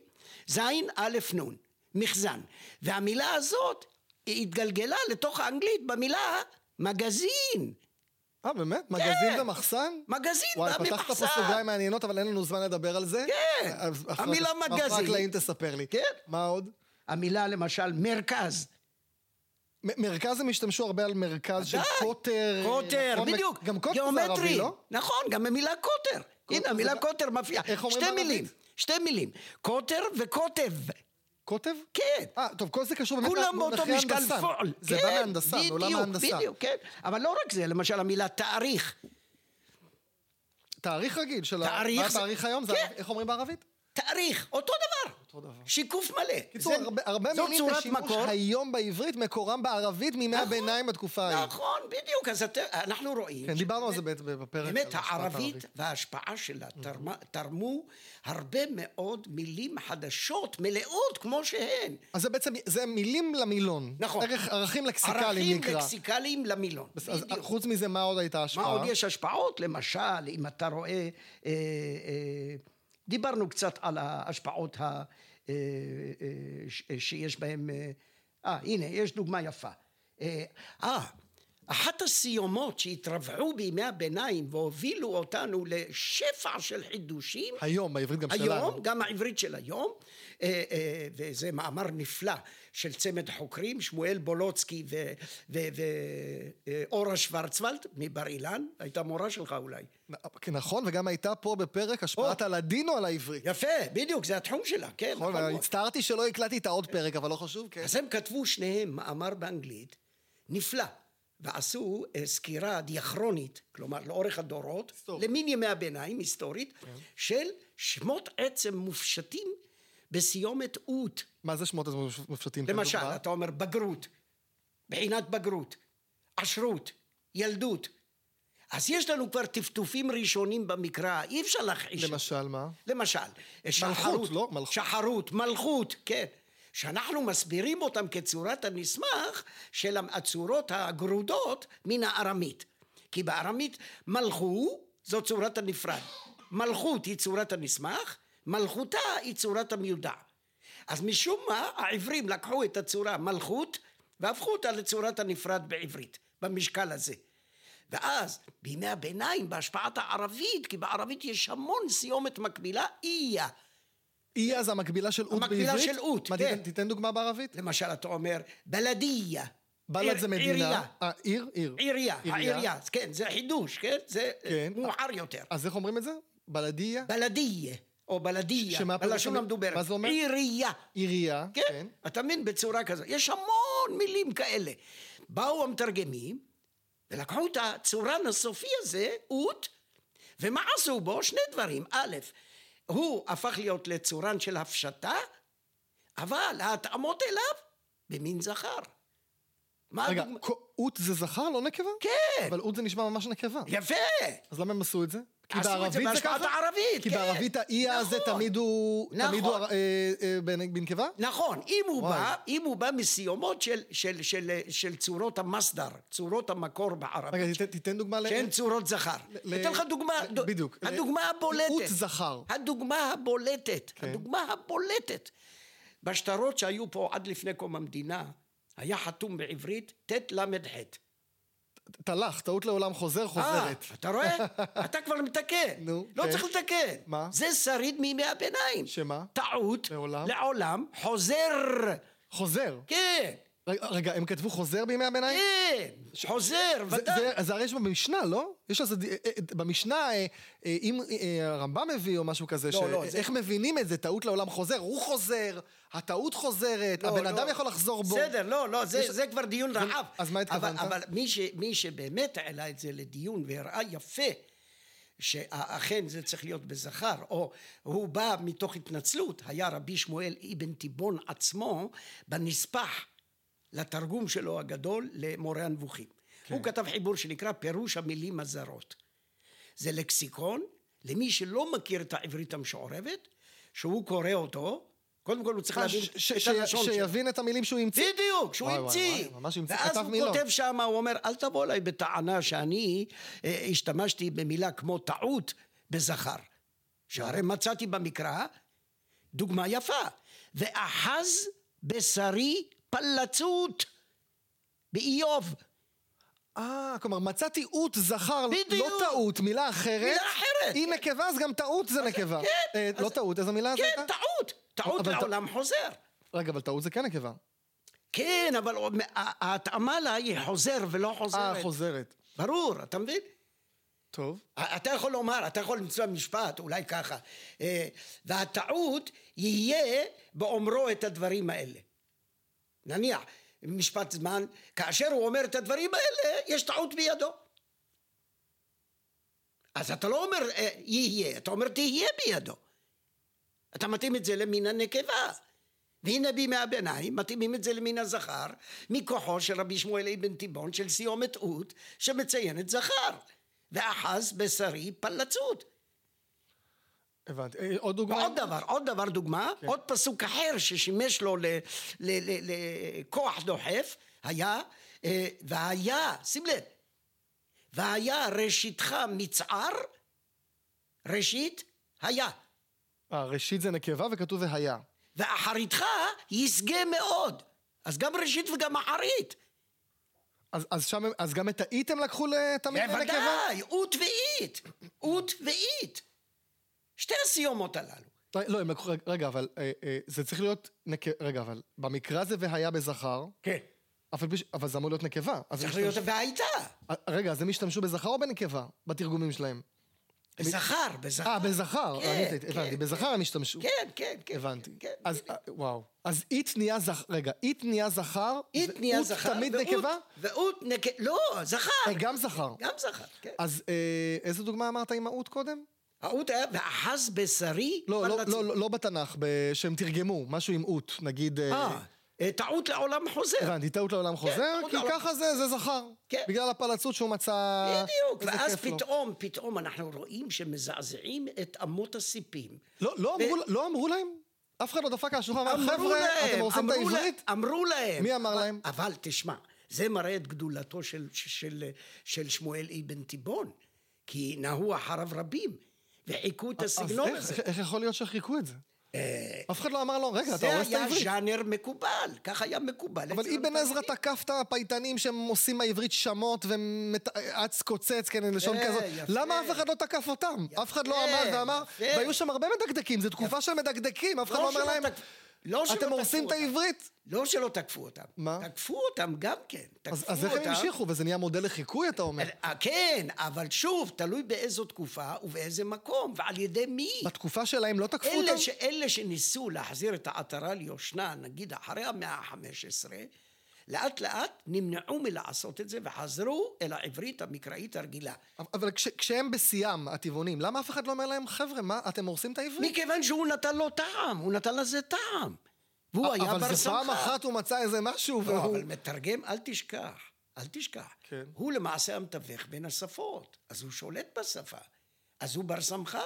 זין, א', נון, מחזן. והמילה הזאת היא התגלגלה לתוך האנגלית במילה מגזין.
אה, באמת? מגזין
כן.
ומחסן?
מגזין
וואי,
בא
פתחת פה סוגריים
ממחסן.
מעניינות, אבל אין לנו זמן לדבר על זה.
כן.
אז אחר כך-
המילה
מאחורי
מגזין.
הקלעים תספר לי.
כן.
מה עוד?
המילה למשל מרכז,
מ- מרכז הם השתמשו הרבה על מרכז של
ודאי.
קוטר.
קוטר,
נכון?
בדיוק,
גם קוטר זה
גיאומטרי.
ערבי, לא?
נכון, גם המילה קוטר. הנה,
זה
המילה
ב-
קוטר מופיעה.
איך אומרים
שתי
בערבית?
מילים, שתי מילים. קוטר וקוטב.
קוטב?
כן.
אה, טוב, כל זה קשור באמת
כולם באותו
למונחי
משקל
הנדסה.
פועל.
זה
כן,
בא לא מהנדסה, מעולם ההנדסה.
בדיוק, בדיוק, כן. אבל לא רק זה, למשל המילה תאריך.
תאריך רגיל של... ה-
תאריך
מה
זה-
התאריך היום? זה-
כן.
איך אומרים בערבית?
תאריך, אותו דבר.
אותו דבר.
שיקוף מלא.
קיצור,
זה-
הרבה- הרבה
זו
מילים
צורת
בשימוש
מקור.
היום בעברית מקורם בערבית מימי
נכון,
הביניים בתקופה ההיא.
נכון, בדיוק, אז אתם- אנחנו רואים.
כן, דיברנו על זה
שבאמת-
ב- בפרק.
באמת
על השפעת
הערבית וההשפעה
אוקיי.
שלה תרמה- תרמו הרבה מאוד מילים חדשות, מלאות כמו שהן.
אז זה בעצם, זה מילים למילון.
נכון.
ערך, ערכים לקסיקליים
ערכים
נקרא.
לקסיקליים למילון.
אז אה.
בדיוק.
חוץ מזה, מה עוד הייתה
מה
ההשפעה?
עוד יש השפעות? למשל, אם אתה רואה, אה, אה, דיברנו קצת על ההשפעות ה, אה, אה, ש, שיש בהן, אה, אה, הנה, יש דוגמה יפה. אה, אה, אחת הסיומות שהתרווחו בימי הביניים והובילו אותנו לשפע של חידושים,
היום, בעברית גם שלנו.
היום, גם העברית של היום, אה, אה, וזה מאמר נפלא של צמד חוקרים, שמואל בולוצקי ואורה אה, שוורצוולד מבר אילן, הייתה מורה שלך אולי.
נ- כן, נכון, וגם הייתה פה בפרק השפעת הלדינו על העברית.
יפה, בדיוק, זה התחום שלה, כן.
נכון,
נכון מאוד.
הצטערתי שלא הקלטתי את העוד פרק, אבל לא חשוב, כן.
אז הם כתבו שניהם מאמר באנגלית, נפלא, ועשו אה, סקירה דיאכרונית, כלומר לאורך הדורות,
היסטורית. כן.
למין ימי הביניים, היסטורית, של שמות עצם מופשטים בסיומת אות.
מה זה שמות אז מופשטים? תן
למשל,
דוגמה.
אתה אומר בגרות, בחינת בגרות, עשרות, ילדות. אז יש לנו כבר טפטופים ראשונים במקרא, אי אפשר להכחיש. את זה.
למשל, מה?
למשל, שחרות,
לא? מלכות.
שחרות, מלכות, כן. שאנחנו מסבירים אותם כצורת הנסמך של הצורות הגרודות מן הארמית. כי בארמית מלכו זו צורת הנפרד. מלכות היא צורת הנסמך, מלכותה היא צורת המיודע. אז משום מה העברים לקחו את הצורה מלכות והפכו אותה לצורת הנפרד בעברית, במשקל הזה. ואז בימי הביניים בהשפעת הערבית, כי בערבית יש המון סיומת מקבילה, איה.
איה זה המקבילה של אוד בעברית?
המקבילה של אוד,
מה,
כן.
תיתן- תיתן דוגמה בערבית?
למשל אתה אומר בלדיה.
בל"ד
עיר-
זה מדינה.
עירייה.
אה, עיר, עיר.
עירייה,
עירייה.
העירייה, כן, זה חידוש, כן? זה
כן.
מאוחר יותר.
אז איך אומרים את זה? בלדיה?
בלדיה, או בלדיה,
ש- שמה הפירוש
בלשון
של-
המדוברת.
מה זה אומר?
עירייה.
עירייה,
כן,
כן.
אתה מבין? בצורה כזאת. יש המון מילים כאלה. באו המתרגמים, ולקחו את הצורן הסופי הזה, אוט, ומה עשו בו? שני דברים. א', הוא הפך להיות לצורן של הפשטה, אבל ההתאמות אליו במין זכר. מה
רגע,
הדוגמה?
כ- אוד זה זכר, לא נקבה?
כן,
אבל אוד זה נשמע ממש נקבה.
יפה.
אז למה הם עשו את זה? כי
עשו את זה
בערבית זה
בהשפעת
ככה?
הערבית,
כי
כן.
בערבית האי הזה
נכון.
תמיד הוא...
נכון.
תמיד הוא אה, אה, בן- בנקבה?
נכון, אם הוא,
וואי.
בא, אם הוא בא מסיומות של, של, של, של צורות המסדר, צורות המקור בערבית,
רגע, תיתן- תיתן דוגמה ל...
שהן צורות זכר.
ל-
אתן לך דוגמה,
ל-
דו-
בדיוק. ל-
הדוגמה הבולטת.
אות זכר. כן.
הדוגמה הבולטת, הדוגמה הבולטת. בשטרות שהיו פה עד לפני קום המדינה, היה חתום בעברית טל"ח.
תל"ח, טעות לעולם חוזר, חוזרת.
אה, אתה רואה? אתה כבר מתקן.
נו,
לא
כן.
צריך לתקן.
מה?
זה שריד מימי הביניים.
שמה?
טעות.
לעולם.
לעולם. חוזר.
חוזר.
כן.
רגע, רגע, הם כתבו חוזר בימי הביניים?
כן, חוזר,
אה, זה-
ודאי.
זה- זה הרי יש במשנה, לא? יש לזה... ד- אה, אה, במשנה, אה, אה, אם אה, הרמב"ם מביא או משהו כזה,
לא, לא, זה-
שאיך מבינים את זה, טעות לעולם חוזר, הוא חוזר, הטעות חוזרת, הבן
לא,
אדם
לא.
יכול לחזור בו.
בסדר, לא, לא, זה,
יש-
זה כבר דיון רחב.
אז מה התכוונת?
אבל, אבל מי, ש, מי שבאמת העלה את זה לדיון והראה יפה שאכן זה צריך להיות בזכר, או הוא בא מתוך התנצלות, היה רבי שמואל אבן תיבון עצמו בנספח לתרגום שלו הגדול למורה הנבוכים. כן. הוא כתב חיבור שנקרא פירוש המילים הזרות. זה לקסיקון למי שלא מכיר את העברית המשוערבת, שהוא קורא אותו, קודם כל הוא צריך
אה,
להבין
ש- ש-
את
ש-
הלשון שלו.
שיבין את המילים שהוא המציא.
בדיוק, שהוא
וואי, וואי,
המציא.
וואי, ממש המציא,
ואז
כתב
הוא
מילות.
כותב שם, הוא אומר, אל תבוא אליי בטענה שאני אה, השתמשתי במילה כמו טעות בזכר. שהרי מצאתי במקרא דוגמה יפה. ואחז בשרי פלצות באיוב.
אה, כלומר, מצאתי אות זכר,
בדיוק.
לא טעות, מילה אחרת.
מילה אחרת.
היא נקבה, אז גם טעות זה נקבה.
כן,
אה,
אז-
לא טעות, איזו מילה זה
כן,
הייתה?
טעות. טעות
אבל טע-
לעולם חוזר.
רגע, אבל טעות זה כן נקבה.
כן, אבל עוד מ- ה- ההתאמה לה היא חוזר ולא
אה,
חוזרת.
חוזרת.
ברור, אתה מבין?
טוב.
אתה יכול לומר, אתה יכול למצוא משפט, אולי ככה. אה, והטעות יהיה באומרו את הדברים האלה. נניח, משפט זמן, כאשר הוא אומר את הדברים האלה, יש טעות בידו. אז אתה לא אומר אה, יהיה, אתה אומר תהיה בידו. אתה מתאים את זה למין הנקבה. והנה בימי הביניים מתאימים את זה למין הזכר, מכוחו של רבי שמואל אבן תיבון של סיומת אות, שמציינת זכר. ואחז בשרי פלצות.
הבנתי. אה, עוד דוגמה?
ועוד דבר, עוד דבר דוגמה, כן. עוד פסוק אחר ששימש לו לכוח ל- ל- ל- כוח דוחף, היה, אה, והיה, שים לב, והיה ראשיתך מצער, ראשית, היה,
אה, ראשית זה נקבה וכתוב והיה.
ואחריתך ישגה מאוד. אז גם ראשית וגם אחרית.
אז, אז, שם, הם- אז גם את האית הם לקחו לתמיד לנקבה?
בוודאי, אות ואית, אות ואית. שתי הסיומות הללו.
ר- לא, הם לקחו, רגע, רגע, אבל אה, אה, זה צריך להיות נקבה, רגע, אבל במקרא זה והיה בזכר,
כן.
אף על פי ש- אבל זה אמור להיות נקבה. אז הם
צריך להיות
השתמשו-
והייתה.
אה, רגע, אז הם השתמשו בזכר או בנקבה? בתרגומים שלהם.
בזכר, בזכר.
אה, בזכר,
כן,
אני טעיתי,
כן,
הבנתי,
כן.
בזכר הם השתמשו.
כן, כן, כן.
הבנתי.
כן,
אז אה, וואו. אז אית נהיה זכר, רגע, אית נהיה זכר,
אית
ואות
נהיה זכר.
תמיד
ואות-
נקבה?
ואות נקבה, לא, זכר.
אה, גם זכר.
גם זכר, כן.
אז אה, איזה דוגמה אמרת עם האות קודם?
האות היה, ואחז בשרי.
לא, לא,
פלצות".
לא, לא בתנ"ך, ב- שהם תרגמו, משהו עם אות, נגיד... אה,
אה, אה, טעות לעולם חוזר.
הבנתי, טעות לעולם חוזר,
כן, טעות
כי
לעולם
ככה זה, זה זכר.
כן.
בגלל הפלצות שהוא מצא...
בדיוק,
איזה
ואז
כיף לו.
פתאום, פתאום אנחנו רואים שמזעזעים את אמות הסיפים.
לא, לא, אמרו, לא אמרו להם? אף אחד לא דפק על השולחן, אמר,
אמרו
חבר'ה,
להם,
אתם הורסים את
אמרו לה-
העברית?
אמרו להם.
מי אמר
אבל-
להם?
אבל תשמע, זה מראה את גדולתו של, של, של שמואל אבן תיבון, כי נהו אחריו רבים, וחיכו את
אז
הסגנון
איך-
הזה. אה,
איך- איך יכול להיות שחיכו את זה? אף אחד לא אמר לו, רגע, אתה
זה
הורס את
היה
העברית.
ז'אנר מקובל, כך היה מקובל.
אבל
אצל
אבן עזרא
הפרסים.
תקף את הפייטנים שהם עושים מהעברית שמות ואץ קוצץ, כן, לשון
יפה,
כזאת.
אה, יפה.
למה אף אחד לא תקף אותם? אף אחד לא עמד ואמר,
יפה.
והיו שם הרבה מדקדקים, זו תקופה של מדקדקים, אף אחד לא
לא
אמר
שלא
להם,
תק- לא שלא
אתם
תקפו
הורסים את
אותם.
העברית.
לא שלא תקפו אותם.
מה?
תקפו אותם גם כן.
אז
תקפו
אז איך הם
אותם.
המשיכו? וזה נהיה מודל לחיקוי, אתה אומר.
אה, כן, אבל שוב, תלוי באיזו תקופה ובאיזה מקום, ועל ידי מי.
בתקופה שלהם לא תקפו אותם?
אלה, ש... אלה שניסו להחזיר את העטרה ליושנה, נגיד אחרי המאה ה-15, לאט לאט נמנעו מלעשות את זה וחזרו אל העברית המקראית הרגילה.
אבל כש- כשהם בשיאם, הטבעונים, למה אף אחד לא אומר להם, חבר'ה, מה, אתם הורסים את העברית?
מכיוון שהוא נתן לו טעם, הוא נתן לזה טעם. והוא היה בר סמכה.
אבל זה פעם אחת הוא מצא איזה משהו,
לא,
והוא...
אבל מתרגם, אל תשכח, אל תשכח.
כן.
הוא למעשה המתווך בין השפות, אז הוא שולט בשפה, אז הוא בר סמכה.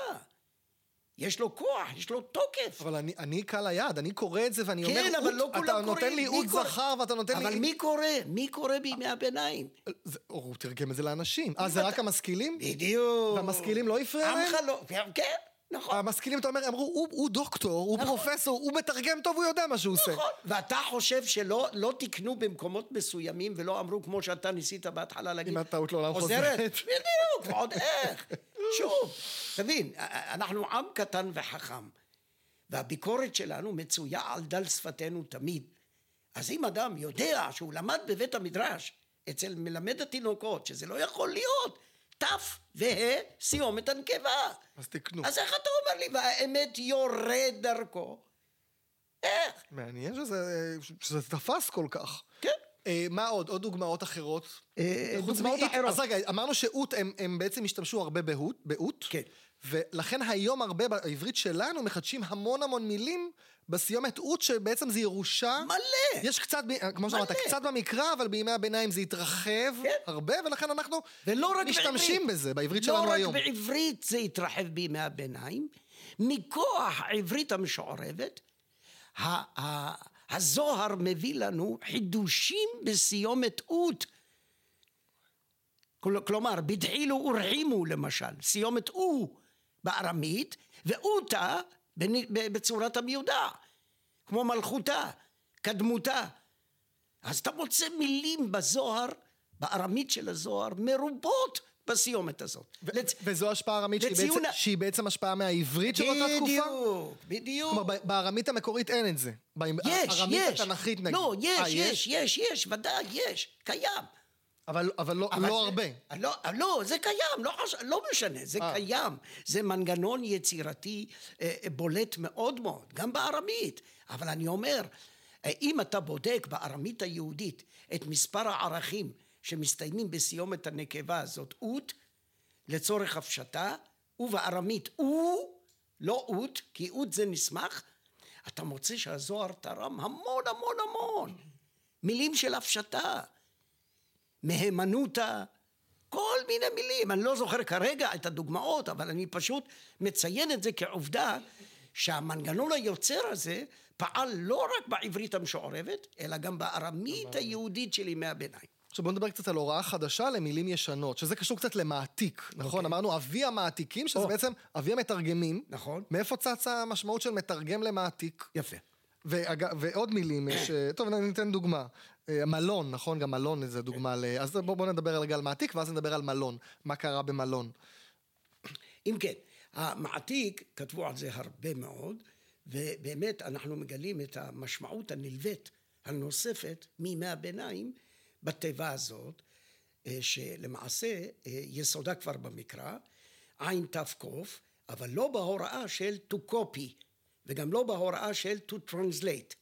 יש לו כוח, יש לו תוקף.
אבל אני, אני קל היד, אני קורא את זה ואני אומר,
כן, אבל
"אוט",
לא כולם
אתה
קוראים.
נותן לי
מי
אוד
קורא?
זכר ואתה נותן לי...
אבל מי קורא? מי קורא בימי הביניים?
זה- או, הוא תרגם את זה לאנשים. אה, זה רק המשכילים?
בדיוק.
והמשכילים לא הפריע להם?
עמך לא, כן, נכון.
המשכילים, אתה אומר, אמרו, הוא, הוא דוקטור, הוא פרופסור, הוא מתרגם טוב, הוא יודע מה שהוא עושה.
נכון. ואתה חושב שלא לא תיקנו במקומות מסוימים ולא אמרו כמו שאתה ניסית בהתחלה להגיד.
אם הטעות לעולם
עוזרת?
חוזרת.
בדיוק, ועוד איך. שוב, תבין, אנחנו עם קטן וחכם, והביקורת שלנו מצויה על דל שפתנו תמיד. אז אם אדם יודע שהוא למד בבית המדרש אצל מלמד התינוקות, שזה לא יכול להיות, ת' וה' סיומת הנקבה.
אז תקנו.
אז איך אתה אומר לי, והאמת יורד דרכו? איך?
מעניין שזה, שזה תפס כל כך.
כן.
אה, מה עוד? עוד דוגמאות אחרות?
אה,
חוץ
דוגמאות
מאית.
אחרות.
אז רגע, אמרנו שאוט, הם, הם בעצם השתמשו הרבה בהוט, באוט.
כן.
ולכן היום הרבה בעברית שלנו מחדשים המון המון מילים בסיומת אוט, שבעצם זה ירושה.
מלא.
יש קצת, ב- אה, כמו שאמרת,
מלא.
קצת במקרא, אבל בימי הביניים זה התרחב
כן.
הרבה, ולכן אנחנו
ולא רק
משתמשים
בעברית.
בזה, בעברית
לא
שלנו
רק
היום.
בעברית זה התרחב בימי הביניים, מכוח העברית המשוערבת, ה- ה- הזוהר מביא לנו חידושים בסיומת אות. כל- כלומר, בדחילו ורעימו למשל, סיומת או בארמית, ואותה בנ- ב- בצורת המיודע, כמו מלכותה, קדמותה. אז אתה מוצא מילים בזוהר, בארמית של הזוהר, מרובות בסיומת הזאת.
ו- וזו השפעה ארמית שהיא
לציון
בעצם-
ה-
שהיא בעצם השפעה מהעברית של אותה תקופה?
בדיוק, בדיוק.
כלומר, ב- בארמית המקורית אין את זה.
יש,
בארמית
יש.
התנ"כית נגיד.
לא,
אה,
יש, יש, יש, יש, ודאי, יש, קיים.
אבל, אבל לא,
אבל
לא
זה-
הרבה.
לא, לא, זה קיים, לא, חש... לא משנה, זה
אה.
קיים. זה מנגנון יצירתי אה, אה, בולט מאוד מאוד, גם בארמית. אבל אני אומר, אה, אם אתה בודק בארמית היהודית את מספר הערכים שמסתיימים בסיומת הנקבה הזאת, אות, לצורך הפשטה, ובארמית הוא, לא אות, כי אות זה נסמך, אתה מוצא שהזוהר תרם המון המון המון. מילים של הפשטה. מהימנותא, כל מיני מילים. אני לא זוכר כרגע את הדוגמאות, אבל אני פשוט מציין את זה כעובדה שהמנגנון היוצר הזה פעל לא רק בעברית המשוערבת, אלא גם בארמית היהודית של ימי הביניים.
עכשיו בואו נדבר קצת על הוראה חדשה למילים ישנות, שזה קשור קצת למעתיק, נכון? אמרנו אבי המעתיקים, שזה
אוקיי. או.
בעצם אבי המתרגמים.
נכון.
מאיפה צצה המשמעות של מתרגם למעתיק?
יפה.
ואג... ועוד מילים, אה, ש... טוב, אני אתן דוגמה. אה, מלון, נכון? גם מלון זה דוגמה ל... אז בואו בוא נדבר רגע על מעתיק, ואז נדבר על מלון. מה קרה במלון.
אם כן, המעתיק, כתבו על זה הרבה מאוד, ובאמת אנחנו מגלים את המשמעות הנלווית הנוספת מימי הביניים בתיבה הזאת, אה, שלמעשה אה, יסודה כבר במקרא, עין תק, אבל לא בהוראה של to copy, וגם לא בהוראה של to translate.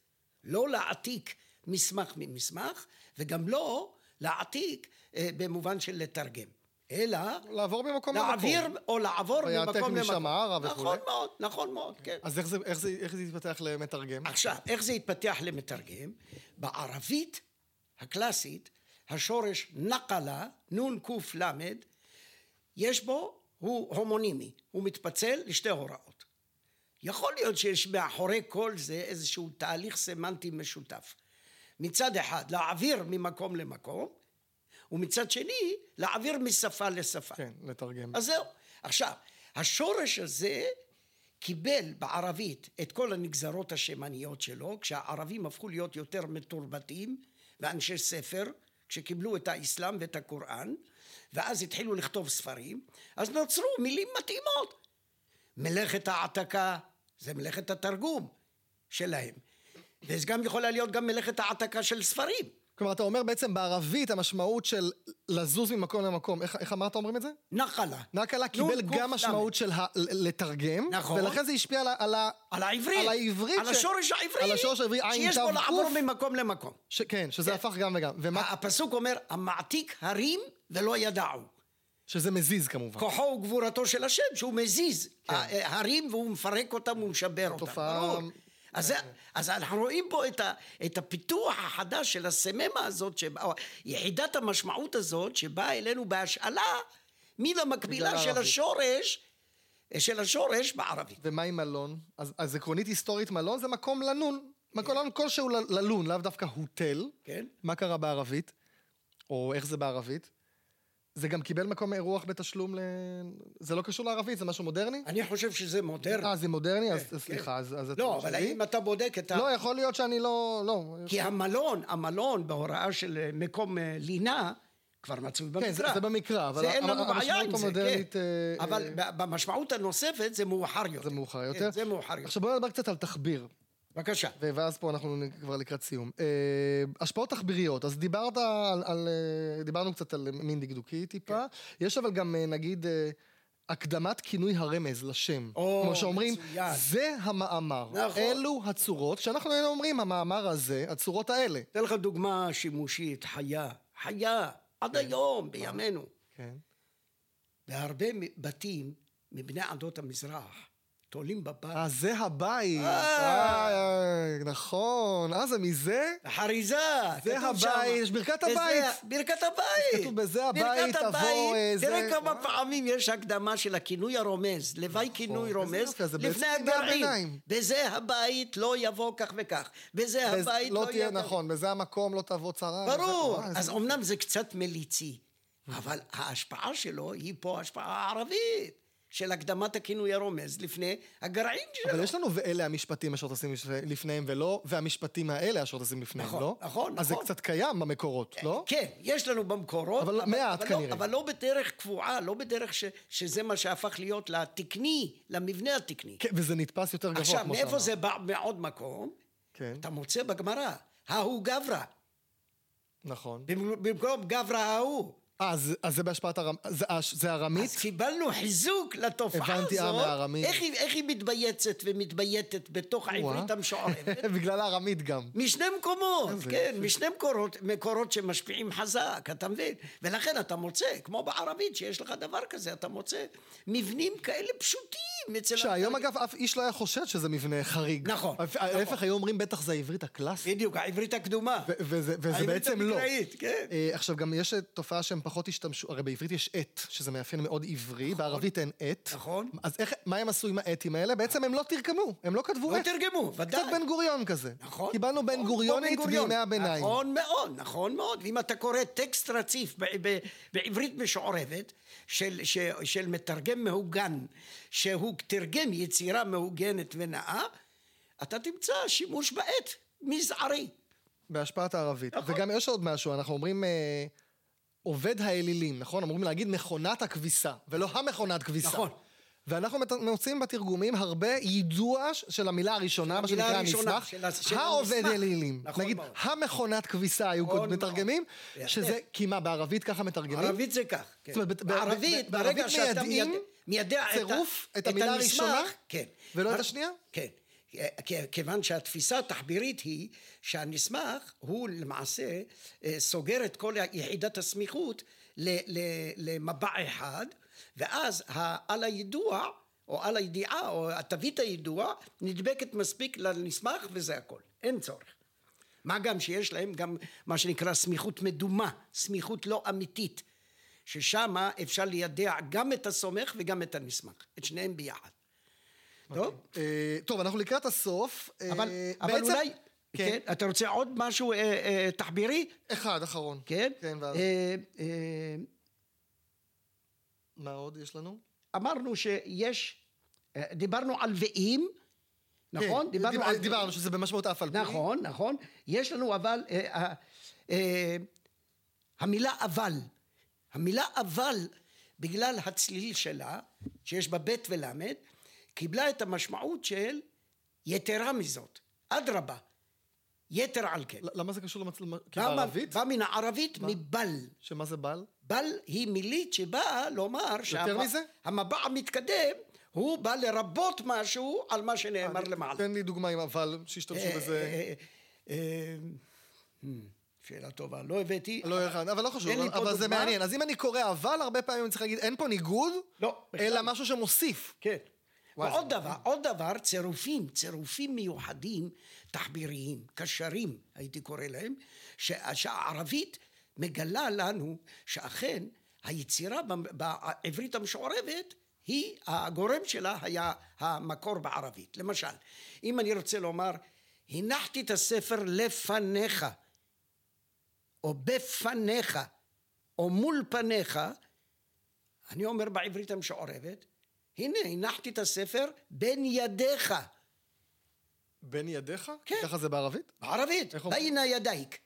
לא להעתיק מסמך ממסמך, וגם לא להעתיק אה, במובן של לתרגם, אלא
לעבור ממקום למקום.
להעביר או לעבור
ויעתק
ממקום
משם
למקום.
מערה וכולי.
נכון מאוד, נכון מאוד, כן.
אז איך זה, איך זה, איך זה התפתח למתרגם?
עכשיו, איך זה התפתח למתרגם? בערבית הקלאסית, השורש נקלה, נ"קל, יש בו, הוא הומונימי, הוא מתפצל לשתי הוראות. יכול להיות שיש מאחורי כל זה איזשהו תהליך סמנטי משותף. מצד אחד, להעביר ממקום למקום, ומצד שני, להעביר משפה לשפה.
כן, לתרגם.
אז זהו. עכשיו, השורש הזה קיבל בערבית את כל הנגזרות השמניות שלו, כשהערבים הפכו להיות יותר מתורבתים ואנשי ספר, כשקיבלו את האסלאם ואת הקוראן, ואז התחילו לכתוב ספרים, אז נוצרו מילים מתאימות. מלאכת העתקה זה מלאכת התרגום שלהם, וזה גם יכולה להיות גם מלאכת העתקה של ספרים.
כלומר, אתה אומר בעצם בערבית המשמעות של לזוז ממקום למקום, איך, איך אמרת אומרים את זה?
נחלה.
נקלה קיבל
נ"ק
גם
ל'.
משמעות של ה, ל- לתרגם,
נכון.
ולכן זה השפיע על, ה- על, ה-
על העברית.
על העברית
על
ש-
השורש העברי.
על השורש העברי, עין,
שיש
תו,
בו לעבור
קוף.
ממקום למקום.
ש, כן, שזה הפך גם וגם, ומה,
הפסוק אומר, המעתיק הרים ולא ידעו.
אה. שזה מזיז כמובן.
כוחו וגבורתו של השם, שהוא מזיז
כן.
ה- אה, הרים והוא מפרק אותם ומשבר אותם.
תופעה-
ברור. אז,
אה.
זה- אז אנחנו רואים פה את, ה, את הפיתוח החדש של הסממה הזאת, שבא, או יחידת המשמעות הזאת שבאה אלינו בהשאלה מן המקבילה
בגלל
של
הערבית.
השורש, של השורש בערבית.
ומה עם מלון? אז, אז עקרונית היסטורית מלון זה מקום לנון, מקום לנון כלשהו ל- ללון, לאו דווקא הוטל.
כן?
מה קרה בערבית? או איך זה בערבית? זה גם קיבל מקום אירוח בתשלום ל... זה לא קשור לערבית, זה משהו מודרני?
אני חושב שזה מודרני.
אה, זה מודרני? אז
כן,
אז סליחה, אז... אז
לא,
התשובה
אבל
שלי-
האם אתה בודק את ה...
לא, יכול להיות שאני לא... לא.
כי המלון, המלון בהוראה של אה, מקום אה, לינה, כבר מצוי במקרא.
כן, זה- זה במקרא, אבל
זה אין
אבל
לנו בעיה עם
המשמעות
זה,
המודרנית,
כן.
אה,
אבל
אה,
ב- במשמעות הנוספת זה מאוחר יותר.
זה מאוחר
כן,
יותר.
זה מאוחר יותר.
עכשיו בואו נדבר קצת על תחביר,
בבקשה.
ו- ואז פה אנחנו נ- כבר לקראת סיום. אה, השפעות תחביריות, אז דיברת על... על, אה, דיברנו קצת על מין דקדוקי טיפה.
כן.
יש אבל גם, אה, נגיד, אה, הקדמת כינוי הרמז לשם.
או,
כמו שאומרים,
מצוין.
זה המאמר.
נכון.
אלו הצורות, כשאנחנו היינו אומרים, המאמר הזה, הצורות האלה.
אתן לך דוגמה שימושית, חיה. חיה, עד
אה.
היום, בימינו.
כן.
בהרבה מ- בתים מבני עדות המזרח תולים בבית
אה, זה הבית.
אה.
אה, נכון. אה, זה מזה?
חריזה.
זה
כתוב שם.
הבית, יש ברכת
וזה-
הבית.
ברכת הבית.
כתוב, "בזה הבית
ברכת
אבוא,
הבית,
אה, זה-
תראה כמה
וואו.
פעמים יש הקדמה של הכינוי הרומז, לוואי כינוי
איזה
רומז,
יופי, אז זה בעצם
לפני
קריאת
הגרעין.
ביניים.
בזה הבית לא יבוא כך וכך. בזה הבית לא
לא
יהיה
תהיה, נכון, בזה המקום לא תבוא צרה.
ברור.
וואי,
אז
זה-
אמנם זה קצת מליצי, אבל ההשפעה שלו היא פה השפעה ערבית. של הקדמת הכינוי הרומז לפני הגרעין שלו.
אבל יש לנו ואלה המשפטים אשר תשים לפניהם ולא, והמשפטים האלה אשר תשים לפניהם,
נכון,
לא?
נכון,
אז זה
נכון.
קצת קיים במקורות, לא?
כן, יש לנו במקורות.
אבל מעט
אבל לא,
כנראה.
אבל לא בדרך קבועה, לא בדרך ש, שזה מה שהפך להיות לתקני, למבנה התקני.
כן, וזה נתפס יותר גבוה, כמו
עכשיו,
שאמרת.
מאיפה זה בא מעוד מקום?
כן,
אתה מוצא בגמרא, ההוא גברא.
נכון.
במ- במקום גברא ההוא.
אה, אז אז זה בהשפעת הרמ... זה- אה, זה ארמית?
אז קיבלנו חיזוק לתופעה
הבנתי, אה,
הזאת.
מהארמית.
איך, היא- איך היא מתבייצת ומתבייתת בתוך
אה.
העברית המשוערת?
בגלל הארמית גם.
משני מקומות,
איזה
כן,
יופי.
משני מקורות, מקורות שמשפיעים חזק, אתה מבין? ולכן אתה מוצא, כמו בערבית, שיש לך דבר כזה, אתה מוצא מבנים כאלה פשוטים אצל...
שהיום
התרגיל.
אגב אף איש לא היה חושד שזה מבנה חריג.
נכון,
אף-
נכון.
ההפך היו אומרים בטח זה העברית הקלאסית.
בדיוק, העברית הקדומה.
ו- וזה, וזה
אה, העברית
בעצם לא.
המקראית, כן.
אה, עכשיו, גם יש אה, תופעה שהם פחות השתמשו, הרי בעברית יש עט, שזה מאפיין מאוד עברי, בערבית אין עט.
נכון.
אז איך, מה הם עשו עם העטים האלה? בעצם הם לא תרגמו, הם לא כתבו
לא
עט.
תרגמו,
קצת
ודאי.
בן גוריון כזה.
נכון.
קיבלנו
נכון,
בן
כמו
גוריונית
בן גוריון.
בימי הביניים.
נכון מאוד, נכון מאוד. ואם אתה קורא טקסט רציף ב- ב- בעברית משוערבת, של, ש, של מתרגם מהוגן, שהוא תרגם יצירה מהוגנת ונאה, אתה תמצא שימוש בעט מזערי.
בהשפעת הערבית.
נכון.
וגם יש עוד משהו, אנחנו אומרים... אה, עובד האלילים, נכון? אמורים להגיד מכונת הכביסה, ולא המכונת כביסה.
נכון.
ואנחנו מת- מוצאים בתרגומים הרבה יידוע ש- של המילה הראשונה, מה
המילה
שנקרא
הראשונה,
הנסמך,
של ה- של
העובד
הנסמך.
אלילים.
נכון
נגיד,
מאוד.
המכונת כביסה היו
נכון
קוד- מתרגמים,
מאוד.
שזה,
בהחלט.
כי מה, בערבית ככה מתרגמים?
ערבית זה כך. כן.
זאת אומרת, ב- ב-
בערבית,
ב-
ברגע
בערבית
שאתה
מיידעים
מייד- מיידע את ה-
צירוף, את המילה
הנסמך,
הראשונה,
כן.
ולא את
הר-
השנייה?
כן. כ- כיוון שהתפיסה התחבירית היא שהנסמך הוא למעשה אה, סוגר את כל יחידת הסמיכות ל- ל- למבע אחד, ואז ה- על היידוע, או על הידיעה, או תווית היידוע, נדבקת מספיק לנסמך וזה הכל. אין צורך. מה גם שיש להם גם מה שנקרא סמיכות מדומה, סמיכות לא אמיתית, ששם אפשר לידע גם את הסומך וגם את הנסמך, את שניהם ביחד. טוב?
אה, טוב, אנחנו לקראת הסוף. אה,
אבל, אבל
בעצם-
אולי, כן,
כן.
אתה רוצה עוד משהו אה, אה, תחבירי?
אחד, אחרון.
כן?
כן, ואז-
אה, אה,
מה עוד יש לנו?
אמרנו שיש אה, דיברנו על ואים, נכון?
כן, דיברנו,
על-
דיברנו שזה במשמעות אף על פי.
נכון, נכון. יש לנו אבל, אה, אה, אה, המילה אבל, המילה אבל, בגלל הצליל שלה, שיש בה ב' ולמד, קיבלה את המשמעות של יתרה מזאת, אדרבה, יתר על כן.
ל- למה זה קשור למצ... למ- לא, כי
בא-
בערבית?
בא מן הערבית
מה?
מבל.
שמה זה בל?
בל היא מילית שבאה לומר
מזה?
שהמבע המתקדם הוא בא לרבות משהו על מה שנאמר
אני-
למעלה.
תן לי דוגמה עם אבל, שהשתמשו
אה,
בזה.
אה, אה, אה, אה, שאלה טובה, לא הבאתי.
לא יהיה לך- אבל לא חשוב,
אין לי
אבל-
פה
אבל זה
דוגמה.
מעניין. אז אם אני קורא אבל, הרבה פעמים אני צריך להגיד, אין פה ניגוד,
לא, בכלל.
אלא משהו שמוסיף.
כן.
וואי,
ועוד
זה
דבר, עוד דבר, צירופים, צירופים מיוחדים, תחביריים, קשרים, הייתי קורא להם, שה- שהערבית מגלה לנו שאכן היצירה במ- בעברית המשוערבת היא, הגורם שלה היה המקור בערבית. למשל, אם אני רוצה לומר, הנחתי את הספר לפניך, או בפניך, או מול פניך, אני אומר בעברית המשוערבת, הנה, הנחתי את הספר בין ידיך.
בין ידיך?
כן.
ככה זה בערבית?
בערבית,
איך אומרים?
בין ידייק.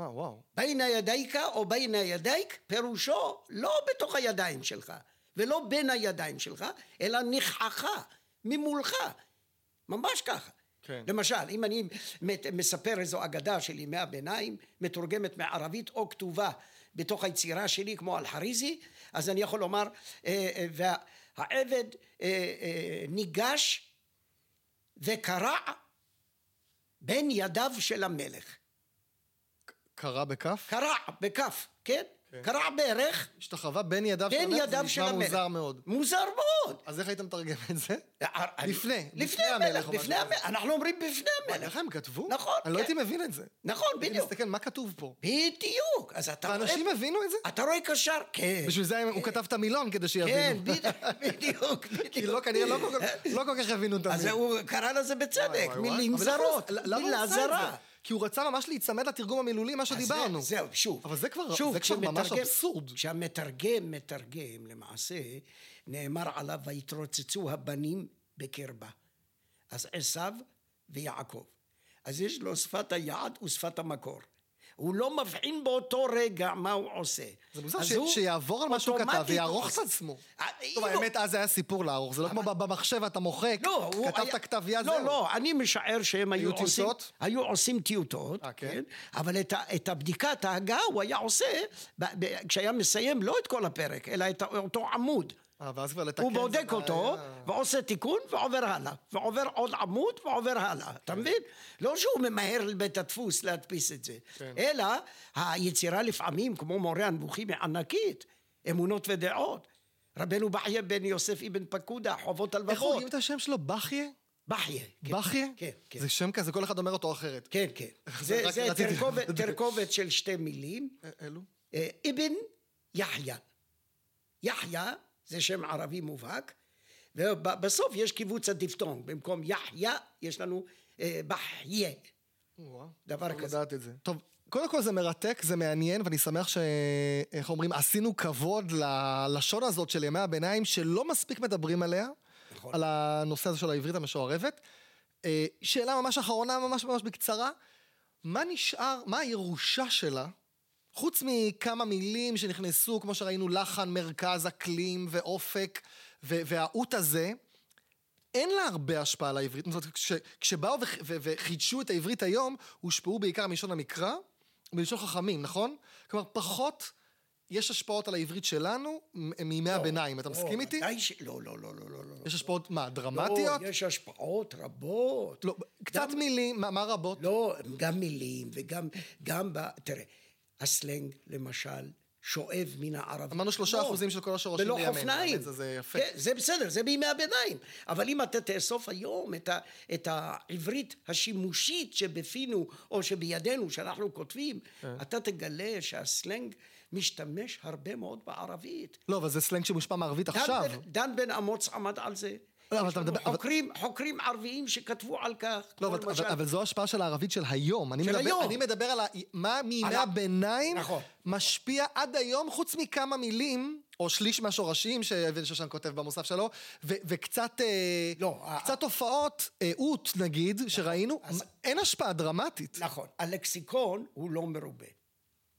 אה, וואו.
בין ידייקה או בין ידייק, פירושו לא בתוך הידיים שלך, ולא בין הידיים שלך, אלא נכחך, ממולך. ממש ככה.
כן.
למשל, אם אני מת- מספר איזו אגדה של ימי הביניים, מתורגמת מערבית או כתובה בתוך היצירה שלי, כמו אלחריזי, אז אני יכול לומר, אה, אה, והעבד אה, אה, ניגש וקרע בין ידיו של המלך.
קרא בכף?
קרע בכף, כן? קרע ברך,
השתחווה בין ידיו
בין
המלך?
ידיו של
נכון, זה
המלך.
נשמע מוזר מאוד.
מוזר מאוד.
אז איך היית מתרגם את זה?
אני-
לפני,
לפני המלך,
או
לפני
משהו כזה.
המלך, אנחנו אומרים בפני המלך.
איך הם כתבו?
נכון,
אני לא
כן.
הייתי מבין את זה.
נכון,
הייתי
בדיוק.
מסתכל, מה כתוב פה?
בדיוק. אז אתה רואה... אה,
האנשים הבינו את זה?
אתה רואה קשר? כן.
בשביל זה הוא כתב את המילון כדי
כן,
שיבינו.
בדיוק, בדיוק.
כי לא, כנראה לא כל כך- לא כל כך הבינו את המילה.
אז הוא קרא לזה בצדק, מילים זרות,
אבל למה הוא
מילה
עשה את זה?
זרה.
כי הוא רצה ממש להיצמד לתרגום המילולי, מה
אז
שדיברנו.
זה- זהו, שוב.
אבל זה כבר-
שוב,
זה כבר ממש
כשמתרגם-
אבסורד.
כשהמתרגם מתרגם, למעשה, נאמר עליו, ויתרוצצו הבנים בקרבה. אז עשיו ויעקב. אז יש לו שפת היעד ושפת המקור. הוא לא מבחין באותו רגע מה הוא עושה.
זה מוזר
אז
ש-
הוא
שיעבור על מה שהוא כתב
אוטומטית-
ויערוך את עצמו.
אה,
טוב,
אילו-
האמת, אז זה היה סיפור לערוך, זה לא כמו במחשב אתה מוחק,
לא, הוא
כתבת
היה-
כתב יד,
לא,
זהו.
לא, אני משער שהם היו,
היו
עושים...
טיוטות?
היו עושים טיוטות,
אה, כן?
אבל את, ה- את הבדיקה, את ההגה, הוא היה עושה, ב, ב, כשהיה מסיים, לא את כל הפרק, אלא את ה- אותו עמוד.
אה, ואז כבר לתקן.
הוא
זה
בודק
בעיה.
אותו, ועושה תיקון, ועובר הלאה. ועובר עוד עמוד, ועובר הלאה. אתה מבין? לא שהוא ממהר לבית הדפוס להדפיס את זה.
כן.
אלא היצירה לפעמים, כמו מורה הנבוכים, היא ענקית. אמונות ודעות. רבנו בחיה בן יוסף אבן פקודה, חובות על
איך
וחוב.
הורגים את השם שלו? בכיה?
בחיה. כן.
בכיה?
כן, כן.
זה שם כזה, כל אחד אומר אותו אחרת.
כן, כן. זה,
רק
זה
רציתי
תרכובת,
לדעת.
תרכובת של שתי מילים.
אה, אלו?
אה, אבן יחיא. יחיא זה שם ערבי מובהק, ובסוף יש קיבוץ הדיפטונג. במקום יחיא יש לנו אה, בחיה.
וואו.
דבר
טוב
כזה.
לדעת את זה. טוב, קודם כל זה מרתק, זה מעניין, ואני שמח ש... איך אומרים, עשינו כבוד ללשון הזאת של ימי הביניים, שלא מספיק מדברים עליה,
נכון.
על הנושא הזה של העברית המשוערבת. אה, שאלה ממש אחרונה, ממש ממש בקצרה, מה נשאר, מה הירושה שלה, חוץ מכמה מילים שנכנסו, כמו שראינו, לחן, מרכז, אקלים ואופק, ו- והאות הזה, אין לה הרבה השפעה על העברית. זאת אומרת, כש, כשבאו וח, ו, וחידשו את העברית היום, הושפעו בעיקר מלשון המקרא ומלשון חכמים, נכון? כלומר, פחות יש השפעות על העברית שלנו מ- מימי הביניים. אתה
לא,
מסכים איתי?
ודאי ש... לא, לא, לא, לא, לא. לא.
יש השפעות, מה, דרמטיות?
לא, יש השפעות רבות.
לא, קצת מילים, מה, מה רבות?
לא, גם מילים וגם, גם ב... תראה, הסלנג, למשל, שואב מן הערבית.
אמרנו שלושה
לא,
אחוזים של כל השורשים
ולא
בימינו,
חופניים.
האמת, זה- זה יפה.
כן, זה בסדר, זה בימי הביניים. אבל אם אתה תאסוף היום את, ה, את העברית השימושית שבפינו או שבידינו, שאנחנו כותבים,
אה.
אתה תגלה שהסלנג משתמש הרבה מאוד בערבית.
לא, אבל זה סלנג שמושפע מערבית
דן
עכשיו.
בן- דן בן אמוץ עמד על זה.
לא, אבל
יש
אתה
לנו
מדבר- אבל-
חוקרים, חוקרים ערביים שכתבו על כך.
לא,
כמו
אבל, אבל,
למשל-
אבל זו השפעה של הערבית של היום. אני
של
מדבר,
היום.
אני מדבר על ה, מה מימי
על ה-
הביניים
נכון.
משפיע עד היום, חוץ מכמה מילים או שליש מהשורשים שאבן שושן כותב במוסף שלו, ו- וקצת אה,
לא, ה- נכון.
קצת הופעות, אה, אות נגיד, שראינו,
אז-
אין השפעה דרמטית.
נכון, הלקסיקון הוא לא מרובה.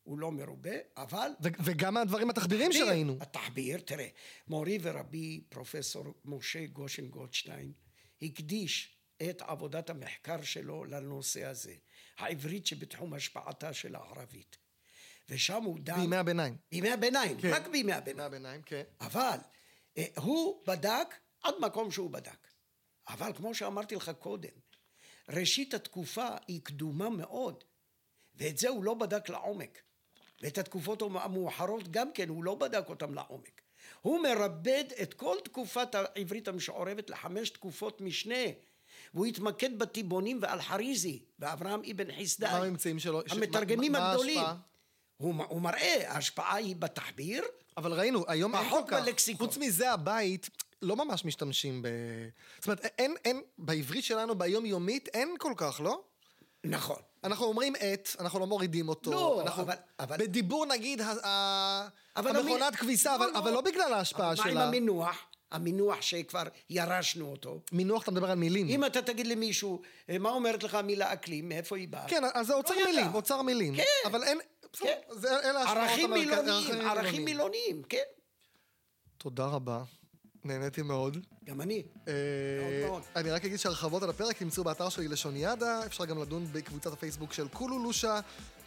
הוא לא מרובה, אבל...
ו- וגם הדברים התחבירים
התחביר,
שראינו.
התחביר, תראה, מורי ורבי פרופסור משה גושן גולדשטיין הקדיש את עבודת המחקר שלו לנושא הזה, העברית שבתחום השפעתה של הערבית. ושם הוא דן...
בימי הביניים.
בימי הביניים,
כן.
רק בימי הביניים.
בימי הביניים, כן.
אבל אה, הוא בדק עד מקום שהוא בדק. אבל כמו שאמרתי לך קודם, ראשית התקופה היא קדומה מאוד, ואת זה הוא לא בדק לעומק. ואת התקופות המאוחרות גם כן הוא לא בדק אותן לעומק. הוא מרבד את כל תקופת העברית המשוערבת לחמש תקופות משנה. והוא התמקד בטיבונים ואלחריזי, ואברהם אבן חסדאי.
מה הממצאים שלו? ש-
המתרגמים
מה- מה
הגדולים.
ההשפעה?
הוא, מ- הוא מראה, ההשפעה היא בתחביר,
אבל ראינו, היום אין כל
פחות
כך.
בלקסיקון.
חוץ מזה, הבית, לא ממש משתמשים ב... זאת אומרת, אין, אין, בעברית שלנו, ביומיומית, אין כל כך, לא?
נכון.
אנחנו אומרים את, אנחנו לא מורידים אותו.
לא,
אנחנו...
אבל- אבל-
בדיבור נגיד, ה- ה-
אבל
המכונת
המי-
כביסה, אבל, אבל לא בגלל ההשפעה
מה עם
שלה.
המינוח? המינוח שכבר ירשנו אותו.
מינוח, אתה מדבר על מילים.
אם אתה תגיד למישהו, "אה, מה אומרת לך המילה אקלים, מאיפה היא באה?
כן, אז זה אוצר
לא ידע.
מילים, אוצר מילים.
כן.
אבל אין... בסדר,
כן.
זה, אלה ההשפעות
ערכים
המרכז-
מילוניים,
אה,
ערכים מילוניים, כן.
תודה רבה, נהניתי מאוד.
גם אני.
אה,
מאוד.
אני רק אגיד שהרחבות על הפרק נמצאו באתר שלי לשוניאדה, אפשר גם לדון בקבוצת הפייסבוק של כולו לושה,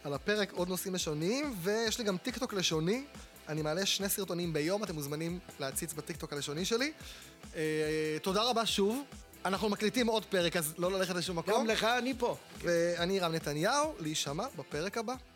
על הפרק עוד נושאים לשוניים, ויש לי גם טיקטוק לשוני, אני מעלה שני סרטונים ביום, אתם מוזמנים להציץ בטיקטוק הלשוני שלי. אה, תודה רבה שוב, אנחנו מקליטים עוד פרק, אז לא ללכת לשום מקום,
גם לך, אני פה.
ואני רם נתניהו, להישמע בפרק הבא.